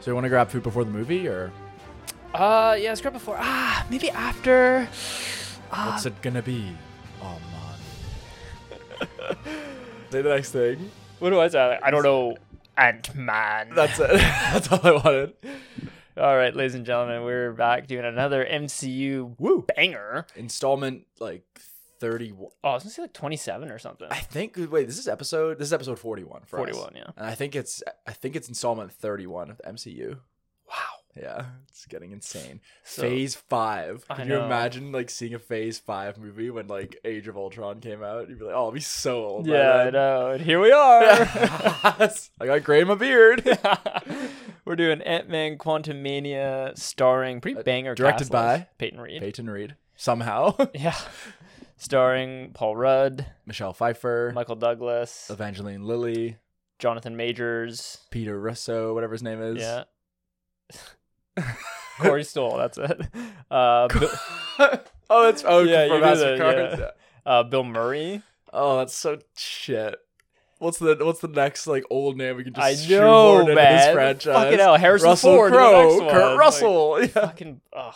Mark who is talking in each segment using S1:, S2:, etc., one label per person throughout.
S1: So you want to grab food before the movie, or
S2: Uh, yeah, let's grab before. Ah, maybe after.
S1: what's it gonna be? Oh man. Say the next thing.
S2: What was I? I don't know. Ant Man.
S1: That's it. That's all I wanted.
S2: All right, ladies and gentlemen, we're back doing another MCU
S1: Woo.
S2: banger.
S1: Installment like thirty-one.
S2: Oh, I was gonna say like 27 or something.
S1: I think. Wait, this is episode. This is episode forty-one. For us.
S2: 41, yeah.
S1: And I think it's. I think it's installment thirty-one of the MCU.
S2: Wow.
S1: Yeah, it's getting insane.
S2: So-
S1: phase five.
S2: I
S1: Can you
S2: know.
S1: imagine like seeing a Phase five movie when like Age of Ultron came out? You'd be like, oh, I'll be so old. by
S2: Yeah, I
S1: then."
S2: know. uh, And here we are.
S1: I got gray in my beard.
S2: we're doing Ant Man Quantum Mania starring pretty
S1: Uh,
S2: banger.
S1: directed
S2: cast list.
S1: by
S2: Peyton Reed.
S1: Peyton Reed. Somehow.
S2: Yeah. Starring Paul Rudd,
S1: Michelle Pfeiffer.
S2: Michael Douglas,
S1: Evangeline Lilly.
S2: Jonathan Majors.
S1: Peter Russo, whatever his name is.
S2: Yeah. Corey Stoll, that's it. Uh, Bill,
S1: oh, that's oh
S2: Yeah,
S1: from
S2: you do
S1: House of
S2: that,
S1: Cards.
S2: yeah. uh, Bill Murray.
S1: Oh, that's so shit. What's the what's the next like old name we can
S2: I
S1: just
S2: know,
S1: shoehorn into
S2: man.
S1: this franchise?
S2: Fucking hell, Harrison
S1: Russell
S2: Ford in the
S1: Crowe,
S2: next one.
S1: Kurt
S2: Like,
S1: Russell. Ah. yeah.
S2: Fucking ugh.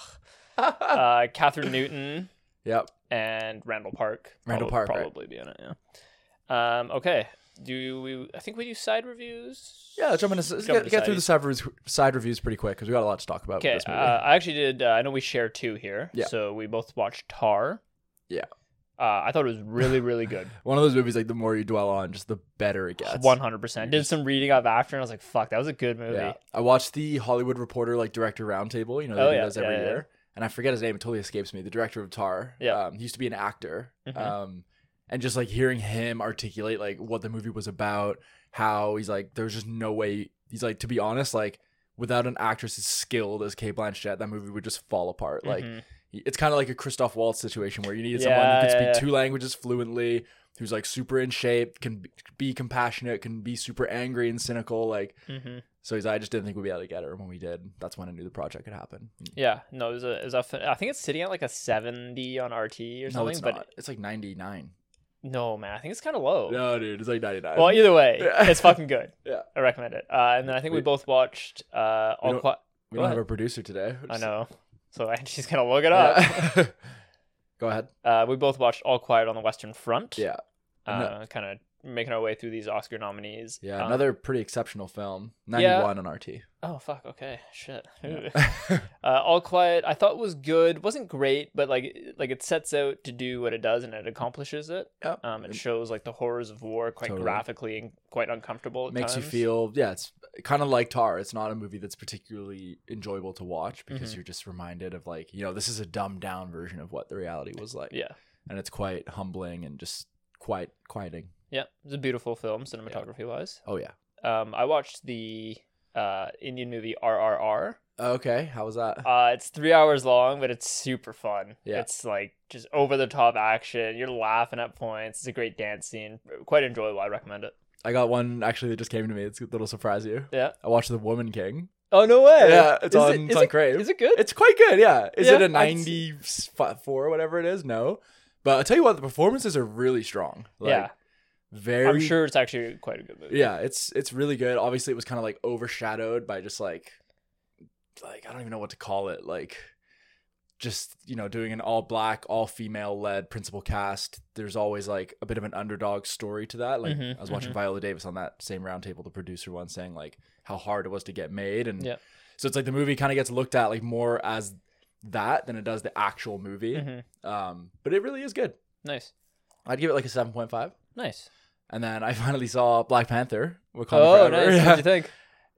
S2: Uh, Catherine Newton
S1: Yep.
S2: and Randall Park.
S1: Randall
S2: Probab-
S1: Park, right.
S2: probably be in it. Yeah. Um. Okay. Do we? I think we do side reviews.
S1: Yeah, let's jump into let's
S2: Jump
S1: get,
S2: into
S1: get through the
S2: sides.
S1: side reviews, side reviews pretty quick because we got a lot to talk about.
S2: Okay.
S1: With this
S2: Uh,
S1: movie.
S2: I actually did. Uh, I know we share two here.
S1: Yeah.
S2: So we both watched Tar.
S1: Yeah.
S2: Uh, I thought it was really, really good.
S1: One of those movies like the more you dwell on, just the better it gets.
S2: One hundred percent. Did some reading up after, and I was like, "Fuck, that was a good movie."
S1: Mm-hmm. Yeah. Mm-hmm. I watched the Hollywood Reporter like director roundtable. You know, they
S2: Oh,
S1: do
S2: yeah,
S1: those every
S2: yeah, yeah.
S1: year. And I forget his name. It totally escapes me. The director of Tar.
S2: Yeah.
S1: Um, he used to be an actor.
S2: Mhm.
S1: Um, and just like hearing him articulate like what the movie was about, how he's like, there's just no way. He's like, to be honest, like without an actress as skilled as Kate Blanchett, that movie would just fall apart. Like
S2: Mhm.
S1: it's kind of like a Christoph Waltz situation where you needed
S2: Yeah,
S1: someone who could
S2: yeah,
S1: speak two languages fluently, who's like super in shape, can be- be compassionate, can be super angry and cynical. Like,
S2: Mhm.
S1: so he's, I just didn't think we'd be able to get her. And when we did, that's when I knew the project could happen.
S2: yeah, no, it was a, it was a fin- I think it's sitting at like a seventy on RT or something,
S1: No, it's
S2: but
S1: not. It's like 99.
S2: no, man, I think it's kind of low.
S1: No, dude, it's like 99.
S2: Well, either way,
S1: Yeah.
S2: it's fucking good.
S1: Yeah.
S2: I recommend it. Uh, and then I think we,
S1: We-
S2: both watched uh,
S1: We
S2: All
S1: don't-
S2: Quiet.
S1: we don't have
S2: what?
S1: a producer today.
S2: I know, so she's gonna look it up.
S1: Yeah. Go ahead.
S2: Uh, we both watched All Quiet on the Western Front.
S1: Yeah.
S2: uh, kind of making our way through these Oscar nominees.
S1: Yeah.
S2: Um,
S1: another pretty exceptional film.
S2: Yeah. Um,
S1: 91 on RT.
S2: Oh fuck. Okay. Shit.
S1: Yeah.
S2: Uh, All Quiet, I thought was good. wasn't great, but like like it sets out to do what it does and it accomplishes it.
S1: Yep.
S2: Um, it
S1: It-
S2: shows like the horrors of war quite
S1: Totally.
S2: graphically and quite uncomfortable. At
S1: makes you
S2: times.
S1: feel yeah it's kind of like tar it's not a movie that's particularly enjoyable to watch because
S2: Mhm.
S1: you're just reminded of like you know this is a dumbed down version of what the reality was like
S2: Yeah.
S1: and it's quite humbling and just quite quieting
S2: Yeah. It's a beautiful film cinematography wise.
S1: oh yeah
S2: Um, I watched the uh Indian movie RRR.
S1: okay how was that
S2: Uh, it's three hours long, but it's super fun.
S1: Yeah.
S2: It's like just over the top action. You're laughing at points. It's a great dance scene. Quite enjoyable. I recommend it.
S1: i got one actually that just came to me it's that'll surprise you
S2: Yeah.
S1: i watched the woman king
S2: Oh no way.
S1: yeah it's
S2: Is
S1: on
S2: it-
S1: it's
S2: is
S1: on
S2: it-
S1: crave
S2: Is it good?
S1: it's quite good yeah is it
S2: Yeah,
S1: a
S2: I can see-
S1: 94 whatever it is no but i'll tell you what the performances are really strong like
S2: yeah.
S1: very
S2: I'm sure it's actually quite a good movie.
S1: yeah it's it's really good obviously it was kind of like overshadowed by just like like i don't even know what to call it like just you know doing an all black all female led principal cast there's always like a bit of an underdog story to that like
S2: Mhm,
S1: i was watching
S2: mhm.
S1: viola davis on that same roundtable the producer one saying like how hard it was to get made and
S2: Yep.
S1: so it's like the movie kind of gets looked at like more as that than it does the actual movie
S2: Mhm.
S1: um but it really is good
S2: Nice.
S1: i'd give it like a 7.5
S2: Nice.
S1: and then i finally saw black panther Wakanda
S2: Oh,
S1: Forever.
S2: nice.
S1: Yeah.
S2: What'd you think?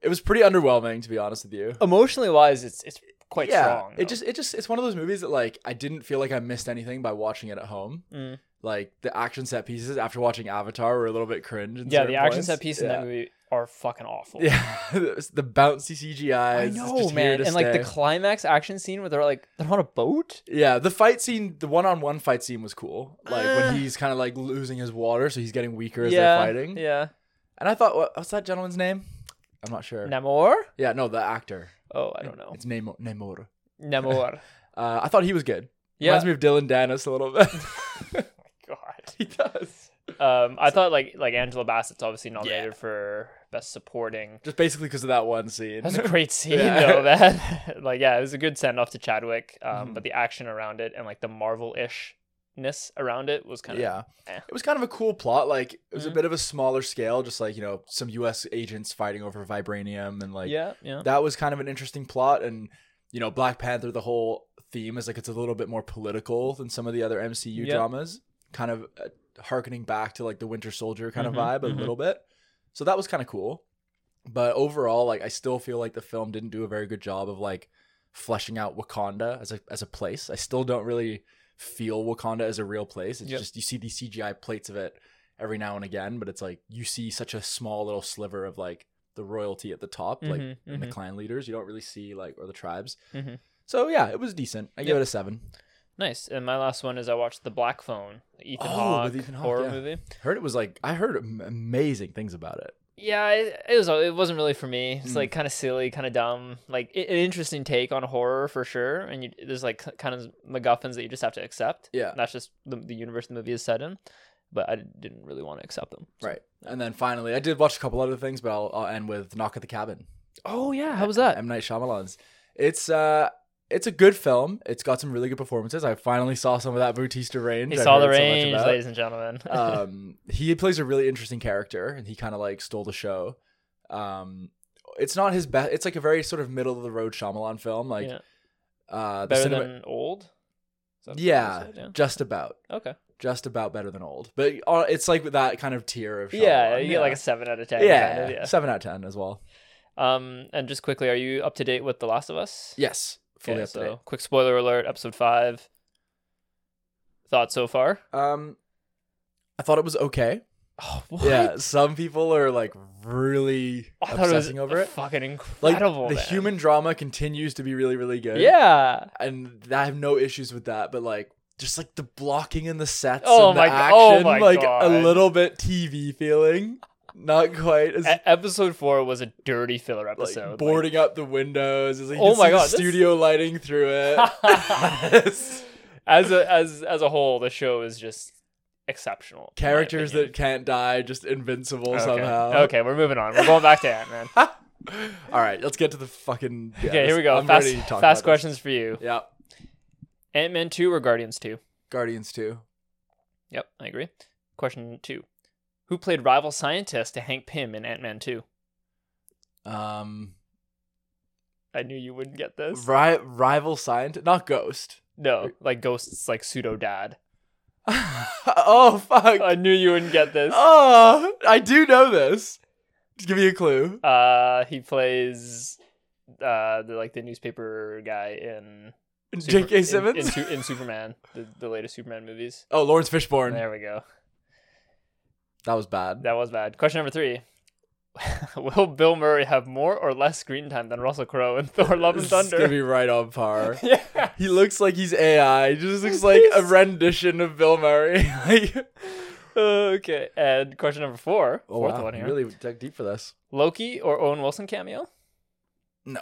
S1: It was pretty underwhelming, to be honest with you.
S2: Emotionally wise, it's it's Oh, quite
S1: yeah,
S2: strong. though.
S1: it just it just it's one of those movies that like I didn't feel like I missed anything by watching it at home.
S2: Mm.
S1: Like the action set pieces after watching Avatar were a little bit cringe. in
S2: yeah.
S1: certain
S2: The action
S1: points.
S2: set piece in
S1: yeah.
S2: that movie are fucking awful.
S1: Yeah, It's the bouncy CGI.
S2: I
S1: is
S2: know,
S1: just here
S2: man.
S1: to
S2: And like
S1: stay.
S2: the climax action scene where they're like they're on a boat.
S1: yeah, the fight scene, the one-on-one fight scene was cool. Like
S2: Uh.
S1: when he's kind of like losing his water, so he's getting weaker as
S2: yeah.
S1: they're fighting.
S2: Yeah.
S1: And I thought, what, what's that gentleman's name? I'm not sure.
S2: Namor.
S1: yeah, no, the actor.
S2: Oh, I don't know.
S1: It's Nemo- Namor.
S2: Namor.
S1: Uh, I thought he was good.
S2: Yeah.
S1: Reminds me of Dylan Danis a little bit.
S2: God.
S1: he does.
S2: Um, I thought like like Angela Bassett's obviously nominated for Best Supporting.
S1: Just basically because of that one scene.
S2: That's a great scene,
S1: Yeah.
S2: though. That like, yeah, it was a good send off to Chadwick. Um,
S1: Mhm.
S2: but the action around it and like the Marvel ishness around it was kind of
S1: yeah.
S2: eh.
S1: It was kind of a cool plot. Like it was
S2: Mhm.
S1: a bit of a smaller scale, just like, you know, some US agents fighting over vibranium and like
S2: yeah, yeah,
S1: that was kind of an interesting plot and you know, Black Panther the whole theme is like it's a little bit more political than some of the other MCU
S2: Yeah.
S1: dramas, kind of uh, harkening back to like the Winter Soldier kind
S2: Mhm,
S1: of vibe a
S2: mhm.
S1: little bit. So that was kind of cool. But overall, like I still feel like the film didn't do a very good job of like fleshing out Wakanda as a as a place. I still don't really feel Wakanda as a real place. It's
S2: Yep.
S1: just you see these CGI plates of it every now and again, but it's like you see such a small little sliver of like the royalty at the top, like
S2: Mhm,
S1: and the
S2: mhm.
S1: clan leaders. You don't really see like or the tribes.
S2: Mhm.
S1: So yeah, it was decent. I give
S2: Yep.
S1: it a seven.
S2: nice. And my last one is I watched The Black Phone, the Ethan
S1: Oh,
S2: Hawke
S1: with Ethan Hawke,
S2: horror
S1: yeah.
S2: movie.
S1: Heard it was like I heard am- amazing things about it.
S2: Yeah, it, it was. It wasn't really for me. It's
S1: Mm.
S2: like kind of silly, kind of dumb. Like i an interesting take on horror for sure. And you, there's like kind of MacGuffins that you just have to accept.
S1: Yeah,
S2: That's just the, the universe the movie is set in. But I didn't really want to accept them. so.
S1: right. And then finally, I did watch a couple other things, but I'll, I'll end with Knock at the Cabin.
S2: Oh yeah, how was that?
S1: M Night Shyamalan's. It's uh, it's a good film. It's got some really good performances. I finally saw some of that Bautista range.
S2: He
S1: I've
S2: saw the
S1: heard so much
S2: range,
S1: about.
S2: ladies and gentlemen.
S1: um, he plays a really interesting character, and he kind of like stole the show. Um, it's not his best. It's like a very sort of middle of the road Shyamalan film. Like,
S2: Yeah.
S1: uh, the
S2: better
S1: cinema-
S2: than old. Is that what you
S1: yeah,
S2: said? yeah.
S1: just about,
S2: Okay.
S1: just about better than old. But uh, it's like that kind of tier of Shyamalan.
S2: Yeah, you get like a seven out of ten.
S1: yeah,
S2: kind of, yeah.
S1: seven out of ten as well.
S2: Um, and just quickly, are you up to date with The Last of Us?
S1: Yes, fully
S2: Okay,
S1: up to date.
S2: so quick spoiler alert, episode five. Thoughts so far?
S1: Um, I thought it was okay.
S2: Oh,
S1: Yeah, some people are like really
S2: I thought
S1: obsessing
S2: it was
S1: over it.
S2: Fucking
S1: Like
S2: incredible.
S1: the
S2: man.
S1: human drama continues to be really, really good.
S2: Yeah.
S1: and I have no issues with that. But like, just like the blocking and the sets,
S2: Oh
S1: and the
S2: my g-
S1: action,
S2: oh my
S1: like a
S2: God.
S1: little bit TV feeling, not quite as
S2: E- episode four was a dirty filler
S1: like
S2: episode. like-
S1: boarding up the windows. It's like, you
S2: Oh
S1: can
S2: my
S1: see the
S2: God, this-
S1: studio lighting through it. It's
S2: as a as as a whole, the show is just exceptional. in my
S1: Characters
S2: opinion.
S1: that can't die, just invincible
S2: okay.
S1: somehow.
S2: Okay, we're moving on. We're going back to Ant Man.
S1: All right, let's get to the fucking. yeah,
S2: okay,
S1: this-
S2: here we go.
S1: I'm
S2: fast
S1: ready to talk about
S2: fast
S1: this.
S2: questions for you.
S1: Yeah,
S2: Ant Man two or Guardians two?
S1: Guardians two.
S2: Yep, I agree. Question two: Who played rival scientist to Hank Pym in Ant Man two?
S1: Um,
S2: I knew you wouldn't get this.
S1: ri- rival scientist, not Ghost.
S2: No, like Ghost's like pseudo dad.
S1: oh fuck!
S2: I knew you wouldn't get this.
S1: Oh, I do know this. Just give me a clue.
S2: Uh, he plays uh the, like the newspaper guy in Super-
S1: J.K. Simmons.
S2: in, in, Su- in Superman, the, the latest Superman movies.
S1: oh, Lawrence Fishburne.
S2: There we go.
S1: That was bad.
S2: That was bad. Question number three. Will Bill Murray have more or less screen time than Russell Crowe in Thor Love and
S1: This is gonna
S2: Thunder?
S1: be right on par.
S2: yeah.
S1: He looks like he's AI. He just looks like a rendition of Bill Murray. like,
S2: Okay. And question number four.
S1: oh,
S2: fourth
S1: wow.
S2: one here.
S1: really dug deep for this.
S2: Loki or Owen Wilson cameo?
S1: No.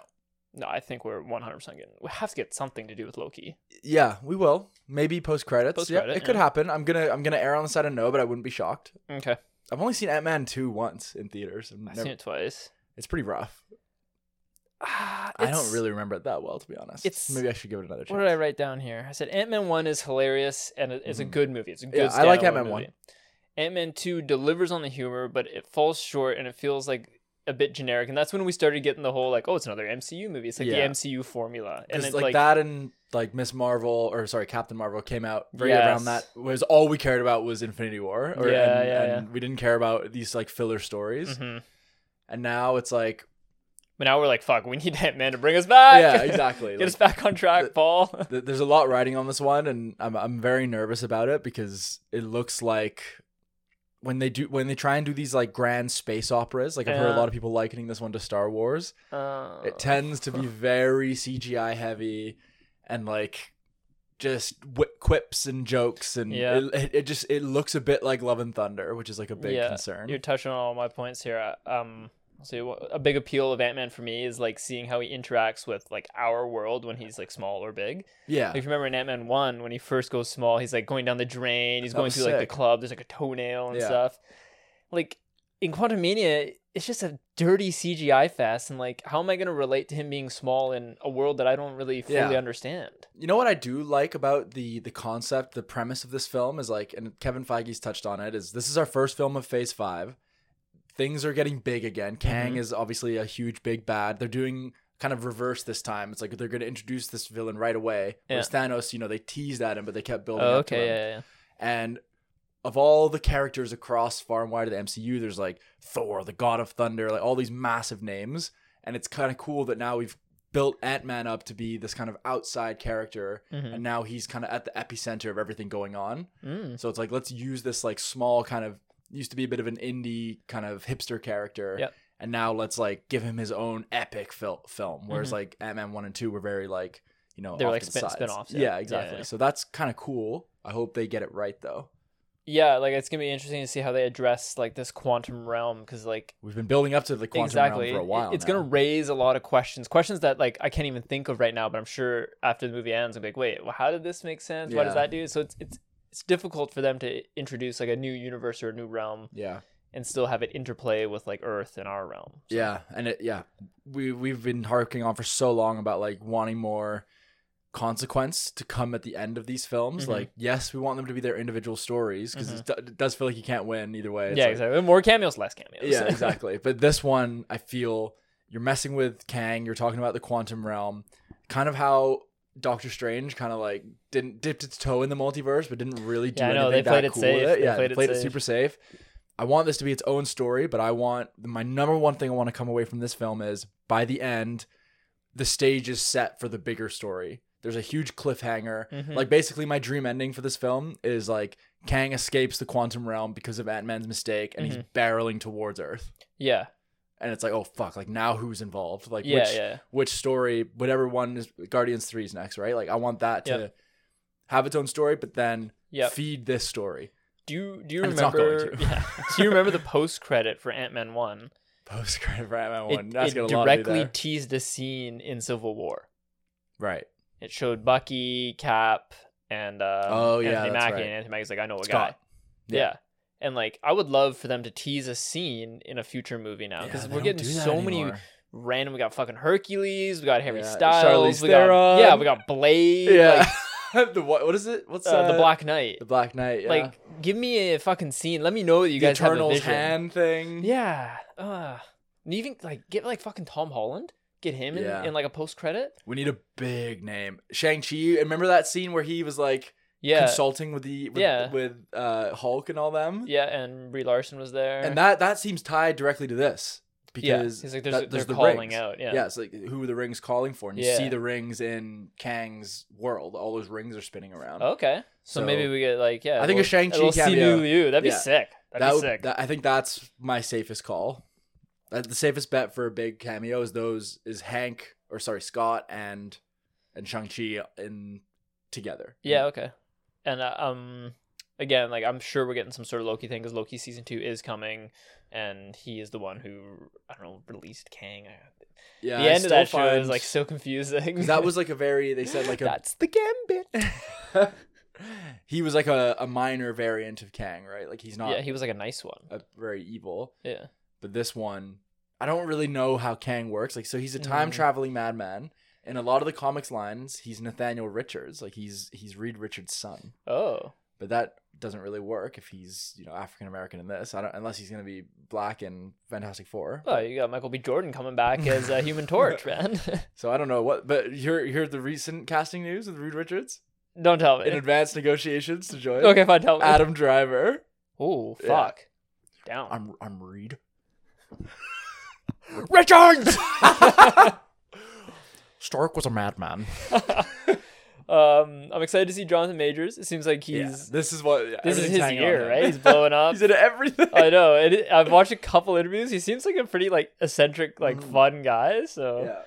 S2: No, I think we're 100% getting. We have to get something to do with Loki.
S1: Yeah, we will. Maybe post credits. Yeah,
S2: Post-credit,
S1: it could
S2: yeah.
S1: happen. I'm gonna I'm gonna err on the side of no, but I wouldn't be shocked.
S2: Okay.
S1: I've only seen Ant Man two once in theaters. I've
S2: I've
S1: never-
S2: seen it twice.
S1: It's pretty rough.
S2: Ah,
S1: I don't
S2: it's-
S1: really remember it that well, to be honest.
S2: it's-
S1: Maybe I should give it another chance.
S2: What did I write down here? I said Ant Man one is hilarious and it- it's a
S1: Mhm.
S2: good movie. It's a good.
S1: Yeah, I like
S2: standalone
S1: Ant-Man
S2: movie.
S1: 1.
S2: Ant Man two delivers on the humor, but it falls short and it feels like a bit generic. And that's when we started getting the whole like, oh, it's another MCU movie. It's like
S1: Yeah.
S2: the MCU formula, and
S1: Because
S2: it's
S1: like,
S2: like,
S1: that and like Miss Marvel or sorry Captain Marvel came out right around
S2: Yes.
S1: that was all we cared about was Infinity War. Or,
S2: Yeah,
S1: and,
S2: yeah,
S1: and we didn't care about these like filler stories.
S2: Mhm.
S1: And now it's like
S2: But now we're like, fuck, we need Ant Man to bring us back.
S1: yeah, exactly.
S2: Get
S1: Like,
S2: us back on track,
S1: the-
S2: Paul.
S1: th- there's a lot riding on this one, and I'm I'm very nervous about it because it looks like when they do when they try and do these like grand space operas, like I've heard a
S2: Yeah.
S1: lot of people likening this one to Star Wars.
S2: Uh,
S1: It tends to be very CGI heavy and like just wi quips and jokes and
S2: Yeah.
S1: it, it, it just it looks a bit like Love and Thunder, which is like a big
S2: Yeah,
S1: concern.
S2: You're touching on all my points here. Uh, Um, so wh- a big appeal of Ant Man for me is like seeing how he interacts with like our world when he's like small or big.
S1: yeah,
S2: Like, if you remember in Ant Man one, when he first goes small, he's like going down the drain. He's
S1: That
S2: going
S1: was
S2: through like the
S1: sick.
S2: club. There's like a toenail and
S1: Yeah.
S2: stuff. Like in Quantumania, it's just a dirty CGI fest, and like, how am I gonna relate to him being small in a world that I don't really fully
S1: Yeah.
S2: understand?
S1: You know what I do like about the the concept, the premise of this film is like, and Kevin Feige's touched on it, is this is our first film of Phase Five. Things are getting big again. Kang
S2: Mhm.
S1: is obviously a huge big bad. They're doing kind of reverse this time. It's like they're going to introduce this villain right away. Whereas Thanos, you know, they teased at him, but they kept building.
S2: Oh,
S1: up to
S2: okay,
S1: him.
S2: yeah, yeah.
S1: And of all the characters across far and wide of the MCU, there's like Thor, the God of Thunder, like all these massive names. And it's kind of cool that now we've built Ant Man up to be this kind of outside character.
S2: yeah. Mhm.
S1: And now he's kind of at the epicenter of everything going on.
S2: Mm.
S1: So it's like, let's use this like small kind of used to be a bit of an indie kind of hipster character.
S2: Yep.
S1: And now let's like give him his own epic fil- film. Whereas
S2: Mhm.
S1: like Ant Man 1 and 2 were very like, you know,
S2: They're
S1: off
S2: like
S1: to the
S2: spin-
S1: sides.
S2: spin-offs, yeah.
S1: Yeah,
S2: Yeah,
S1: exactly.
S2: yeah.
S1: So that's kind of cool. I hope they get it right though.
S2: Yeah, like it's gonna be interesting to see how they address like this quantum realm because like
S1: We've been building up to the quantum
S2: exactly,
S1: realm for a
S2: it-
S1: while.
S2: it's
S1: now.
S2: gonna raise a lot of questions, questions that like I can't even think of right now. But I'm sure after the movie ends, I'm like, wait, well, how did this make sense? What does
S1: Yeah.
S2: that do? So it's it's it's difficult for them to introduce like a new universe or a new realm
S1: yeah,
S2: and still have it interplay with like Earth and our realm. So-
S1: yeah, and it, yeah, we we've been harping on for so long about like wanting more consequence to come at the end of these films.
S2: Mhm.
S1: Like, yes, we want them to be their individual stories because it does feel like you can't win either way. It's
S2: Mm-hmm. yeah,
S1: like-
S2: exactly. More cameos, less cameos.
S1: Yeah, exactly. But this one, I feel you're messing with Kang. You're talking about the quantum realm, kind of how Doctor Strange kind of like didn't dipped its toe in the multiverse, but didn't really do
S2: Yeah, I know,
S1: anything
S2: they
S1: that
S2: played it
S1: cool
S2: safe.
S1: with it.
S2: They
S1: yeah,
S2: played it
S1: they played it,
S2: safe.
S1: super safe. I want this to be its own story, but I want my number one thing I want to come away from this film is by the end, the stage is set for the bigger story. There's a huge cliffhanger.
S2: Mhm.
S1: Like basically, my dream ending for this film is like Kang escapes the quantum realm because of Ant Man's mistake, and he's
S2: Mm-hmm.
S1: barreling towards Earth.
S2: yeah,
S1: And it's like, oh fuck! Like now, who's involved? Like
S2: yeah,
S1: which
S2: yeah.
S1: which story? Whatever one is Guardians Three is next, right? Like I want that to have its own story, but then
S2: Yep.
S1: feed this story.
S2: Do you do you
S1: And it's not going
S2: remember?
S1: to.
S2: yeah. Do you remember the post credit for Ant Man one?
S1: Post credit for Ant Man
S2: It,
S1: One. Oh, That's
S2: it
S1: gonna directly
S2: directly teased a scene in Civil War.
S1: right.
S2: It showed Bucky, Cap, and um,
S1: Oh, yeah,
S2: Anthony
S1: that's
S2: Mackie.
S1: right.
S2: And Anthony Mackie's like, I know a
S1: Scott.
S2: guy. Yeah.
S1: Yeah.
S2: and like I would love for them to tease a scene in a future movie now because
S1: Yeah, they
S2: we're
S1: don't
S2: getting
S1: do that
S2: so many
S1: anymore.
S2: random. We got fucking Hercules. We got Harry
S1: Yeah,
S2: Styles.
S1: Charlize
S2: we got,
S1: Theron.
S2: yeah, we got Blade.
S1: Yeah. the what? What is it? What's
S2: like, uh, the
S1: uh,
S2: Black Knight.
S1: The Black Knight. Yeah.
S2: Like, give me a fucking scene. Let me know that you guys
S1: the Eternal's
S2: have a vision.
S1: hand thing.
S2: Yeah. Uh, and even like get like fucking Tom Holland. Get him in,
S1: Yeah.
S2: in like a post credit.
S1: We need a big name. Shang Chi. Remember that scene where he was like
S2: Yeah.
S1: consulting with the with,
S2: Yeah.
S1: with uh, Hulk and all them.
S2: yeah, and Brie Larson was there.
S1: And that that seems tied directly to this
S2: yeah.
S1: because
S2: he's like there's,
S1: that-
S2: they're
S1: the
S2: calling
S1: rings.
S2: out. Yeah.
S1: Yeah. it's like who the rings calling for, and you
S2: Yeah.
S1: see the rings in Kang's world. All those rings are spinning around.
S2: Okay. Oh, So,
S1: So-
S2: maybe we get like yeah.
S1: I think a
S2: we'll-
S1: Shang-Chi
S2: we'll see
S1: cameo.
S2: Liu Liu. That'd be
S1: Yeah.
S2: sick. That'd
S1: that,
S2: be
S1: would-
S2: sick.
S1: that- I think that's my safest call. Uh, the safest bet for a big cameo is those is Hank or sorry Scott and and Shang Chi in together.
S2: yeah. Okay. And uh, um, again, like I'm sure we're getting some sort of Loki thing because Loki season two is coming, and he is the one who I don't know released Kang.
S1: yeah.
S2: the
S1: I
S2: end of
S1: still
S2: that show is
S1: find-
S2: like so confusing.
S1: 'cause that was like a very they said like a
S2: that's the gambit.
S1: he was like a, a minor variant of Kang, right? Like he's not
S2: yeah, he was like a nice one.
S1: a very evil.
S2: Yeah.
S1: But this one, I don't really know how Kang works. Like, so he's a time
S2: Mm.
S1: traveling madman. In a lot of the comics lines, he's Nathaniel Richards. Like he's he's Reed Richards' son.
S2: Oh.
S1: But that doesn't really work if he's you know African American in this. I don't unless he's gonna be black in Fantastic Four.
S2: Well, Oh, you got Michael B. Jordan coming back as a Human Torch, man.
S1: So I don't know what. But you heard you heard the recent casting news with Reed Richards
S2: Don't tell
S1: in
S2: me.
S1: advanced negotiations to join.
S2: Okay, fine. Tell me.
S1: Adam Driver.
S2: Oh,
S1: Yeah.
S2: fuck. Down.
S1: I'm I'm Reed.
S2: Richards.
S1: Stark was a madman.
S2: um, I'm excited to see Jonathan Majors. It seems like
S1: Yeah,
S2: he's
S1: This is what. yeah,
S2: this is
S1: everything's
S2: his
S1: hanging on
S2: year,
S1: him.
S2: right? He's blowing up. Uh,
S1: he's in everything.
S2: I know. It, is- I've watched a couple interviews. He seems like a pretty like eccentric, like
S1: Mhm.
S2: fun guy. So.
S1: yeah.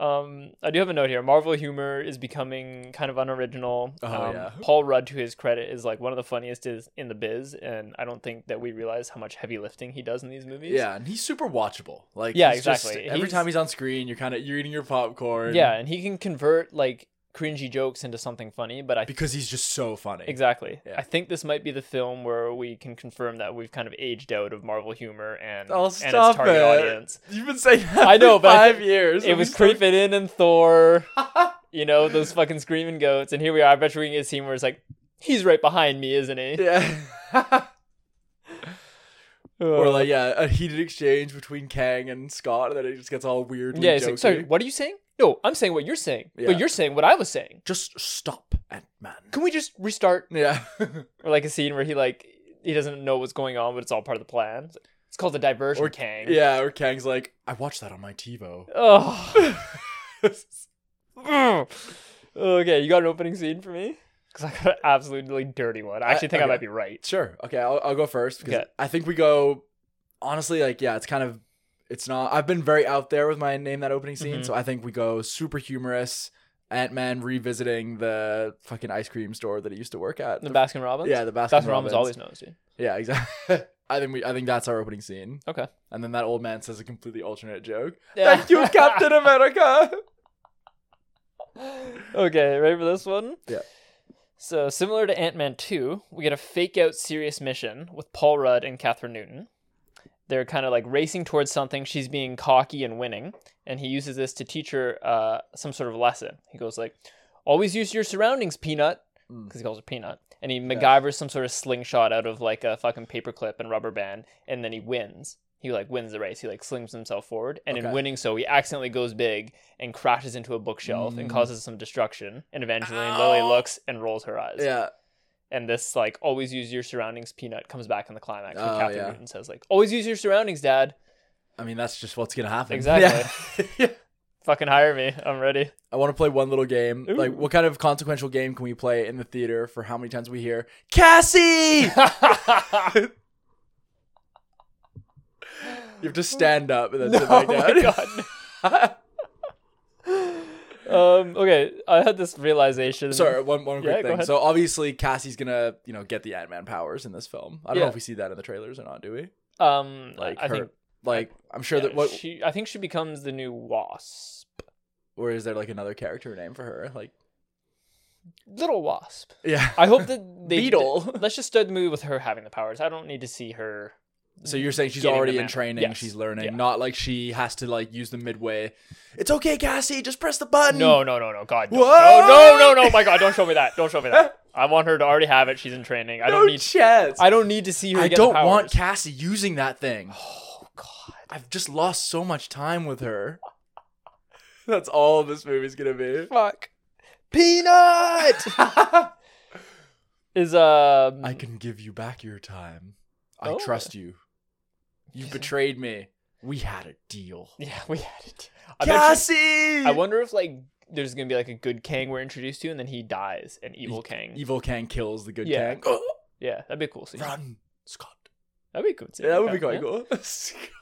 S2: Um, I do have a note here. Marvel humor is becoming kind of unoriginal.
S1: Oh,
S2: um,
S1: yeah.
S2: Paul Rudd, to his credit, is like one of the funniest is in the biz, and I don't think that we realize how much heavy lifting he does in these movies.
S1: Yeah, and he's super watchable. Like
S2: Yeah,
S1: he's just-
S2: exactly.
S1: every
S2: He's-
S1: time he's on screen, you're kind of you're eating your popcorn.
S2: yeah, and he can convert like cringy jokes into something funny, but I
S1: because he's just so funny.
S2: exactly.
S1: Yeah.
S2: I think this might be the film where we can confirm that we've kind of aged out of Marvel humor and
S1: Oh,
S2: and
S1: stop
S2: its target
S1: it.
S2: audience.
S1: You've been saying that
S2: I know,
S1: for
S2: but I
S1: five years.
S2: It
S1: Are
S2: was
S1: we
S2: Creep
S1: still-
S2: It In and Thor, you know, those fucking screaming goats, and here we are. I bet you we can get a scene where it's like, he's right behind me, isn't he?
S1: yeah.
S2: Uh,
S1: or like yeah, a heated exchange between Kang and Scott, and then it just gets all weird.
S2: yeah, it's like, sorry, what are you saying? No, I'm saying what you're saying,
S1: Yeah.
S2: but you're saying what I was saying.
S1: just stop, Ant Man.
S2: Can we just restart?
S1: Yeah.
S2: Or like a scene where he like he doesn't know what's going on, but it's all part of the plan. It's, like, it's called the diversion.
S1: Or-
S2: Kang.
S1: yeah, or Kang's like, I watched that on my TiVo.
S2: Oh. okay, you got an opening scene for me? Because I got an absolutely dirty one. I
S1: I-
S2: actually think I
S1: okay.
S2: might be right.
S1: sure. Okay, I'll, I'll go first because
S2: Okay.
S1: I think we go. Honestly, like yeah, it's kind of it's not. I've been very out there with my name that opening scene,
S2: Mhm.
S1: so I think we go super humorous. Ant Man revisiting the fucking ice cream store that he used to work at.
S2: The Baskin Robbins?
S1: yeah, the Baskin,
S2: Baskin Robbins always knows, dude.
S1: Yeah, exactly. I think we I think that's our opening scene.
S2: Okay.
S1: And then that old man says a completely alternate joke. Thank you, Captain America.
S2: okay, ready for this one?
S1: Yeah.
S2: So, similar to Ant Man 2, we get a fake out serious mission with Paul Rudd and Catherine Newton. They're kind of like racing towards something. She's being cocky and winning, and he uses this to teach her uh, some sort of lesson. He goes like, "Always use your surroundings, Peanut,"
S1: Mm.
S2: because he calls her Peanut, and he MacGyvers some sort of slingshot out of like a fucking paperclip and rubber band, and then he wins. He like wins the race. He like slings himself forward, and in
S1: Okay.
S2: winning so, he accidentally goes big and crashes into a bookshelf and
S1: Mm.
S2: causes some destruction. And Evangeline Lilly
S1: Ow.
S2: looks and rolls her eyes.
S1: Yeah.
S2: And this like always use your surroundings peanut comes back in the climax. And
S1: Oh,
S2: Catherine
S1: yeah.
S2: Newton says like always use your surroundings, Dad.
S1: I mean, that's just what's gonna happen.
S2: Exactly.
S1: Yeah.
S2: Fucking hire me. I'm ready.
S1: I want to play one little game.
S2: Ooh.
S1: Like, what kind of consequential game can we play in the theater for how many times we hear Cassie? you have to stand up and then sit
S2: oh
S1: back
S2: my
S1: down.
S2: god. um, okay, I had this realization.
S1: Sorry, one one
S2: Yeah,
S1: quick
S2: go
S1: thing.
S2: ahead.
S1: So obviously Cassie's gonna, you know, get the Ant Man powers in this film. I don't
S2: Yeah.
S1: know if we see that in the trailers or not, do we?
S2: Um,
S1: Like
S2: I
S1: her,
S2: think
S1: like I'm sure that
S2: yeah,
S1: what
S2: she. I think she becomes the new wasp,
S1: or is there like another character name for her? Like
S2: little wasp.
S1: yeah.
S2: I hope that they
S1: Beetle.
S2: let's just start the movie with her having the powers. I don't need to see her.
S1: So you're saying she's
S2: getting the
S1: already in
S2: mantle.
S1: training,
S2: Yes.
S1: she's learning,
S2: Yeah.
S1: not like she has to like use the midway. It's okay, Cassie, just press the button.
S2: No, no, no, no, God, no,
S1: What?
S2: no, no, no, no, my God, don't show me that. Don't show me that. I want her to already have it. She's in training. I
S1: no
S2: don't need.
S1: chance. I,
S2: I don't need to see her. get the
S1: don't want
S2: powers.
S1: Cassie using that thing.
S2: Oh God.
S1: I've just lost so much time with her. That's all this movie's gonna be.
S2: Fuck. Peanut
S1: I
S2: is um.
S1: can give you back your time. I
S2: Oh.
S1: trust you. You betrayed me. We had a deal.
S2: Yeah, we had it. I, bet you-
S1: Cassie.
S2: I wonder if like there's gonna be like a good Kang we're introduced to, and then he dies, an evil Kang.
S1: Evil Kang kills the good
S2: Yeah.
S1: Kang. Oh,
S2: Yeah, that'd be a cool scene.
S1: run, Scott.
S2: That'd be a good scene.
S1: Yeah, that would
S2: Okay,
S1: be quite
S2: yeah.
S1: cool.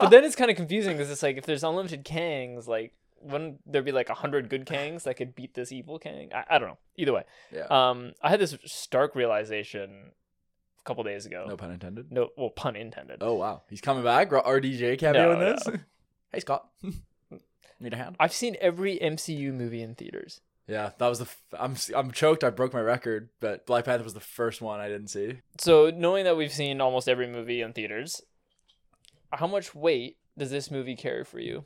S2: But then it's kind of confusing because it's like if there's unlimited Kangs, like wouldn't there be like a hundred good Kangs that could beat this evil Kang? I, I don't know. Either way,
S1: yeah. Uh,
S2: um, I had this stark realization a couple days ago.
S1: no pun intended.
S2: No, well, pun intended.
S1: Oh wow, he's coming back. R- RDJ cameo
S2: No,
S1: in this. hey Scott, need a hand?
S2: I've seen every MCU movie in theaters.
S1: Yeah, that was the. F- I'm s- I'm choked. I broke my record, but Black Panther was the first one I didn't see.
S2: So knowing that we've seen almost every movie in theaters, how much weight does this movie carry for you?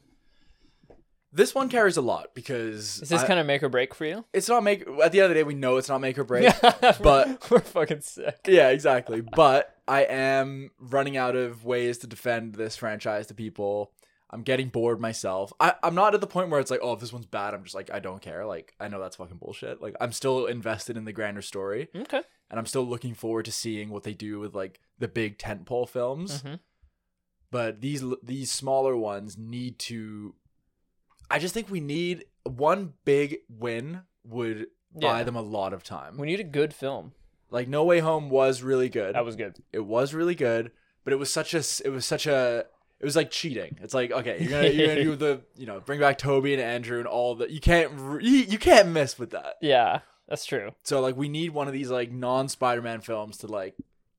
S1: This one carries a lot because
S2: Is this
S1: I-
S2: kind of make or break for you?
S1: it's not make. At the end of the day, we know it's not make or break.
S2: but we're fucking sick.
S1: yeah, exactly. But I am running out of ways to defend this franchise to people. I'm getting bored myself. I, I'm not at the point where it's like, oh, if this one's bad, I'm just like, I don't care. Like, I know that's fucking bullshit. Like, I'm still invested in the grander story,
S2: Okay.
S1: and I'm still looking forward to seeing what they do with like the big tentpole films.
S2: hmm
S1: But these l- these smaller ones need to. I just think we need one big win would buy
S2: Yeah.
S1: them a lot of time.
S2: We need a good film.
S1: Like, No Way Home was really good
S2: That was good.
S1: it was really good but it was such a s- it was such a it was like cheating it's like okay you're gonna you're gonna do the you know bring back toby and andrew and all the you can't re- you, you can't miss with that
S2: Yeah, that's true.
S1: so like we need one of these like non spider-man films to like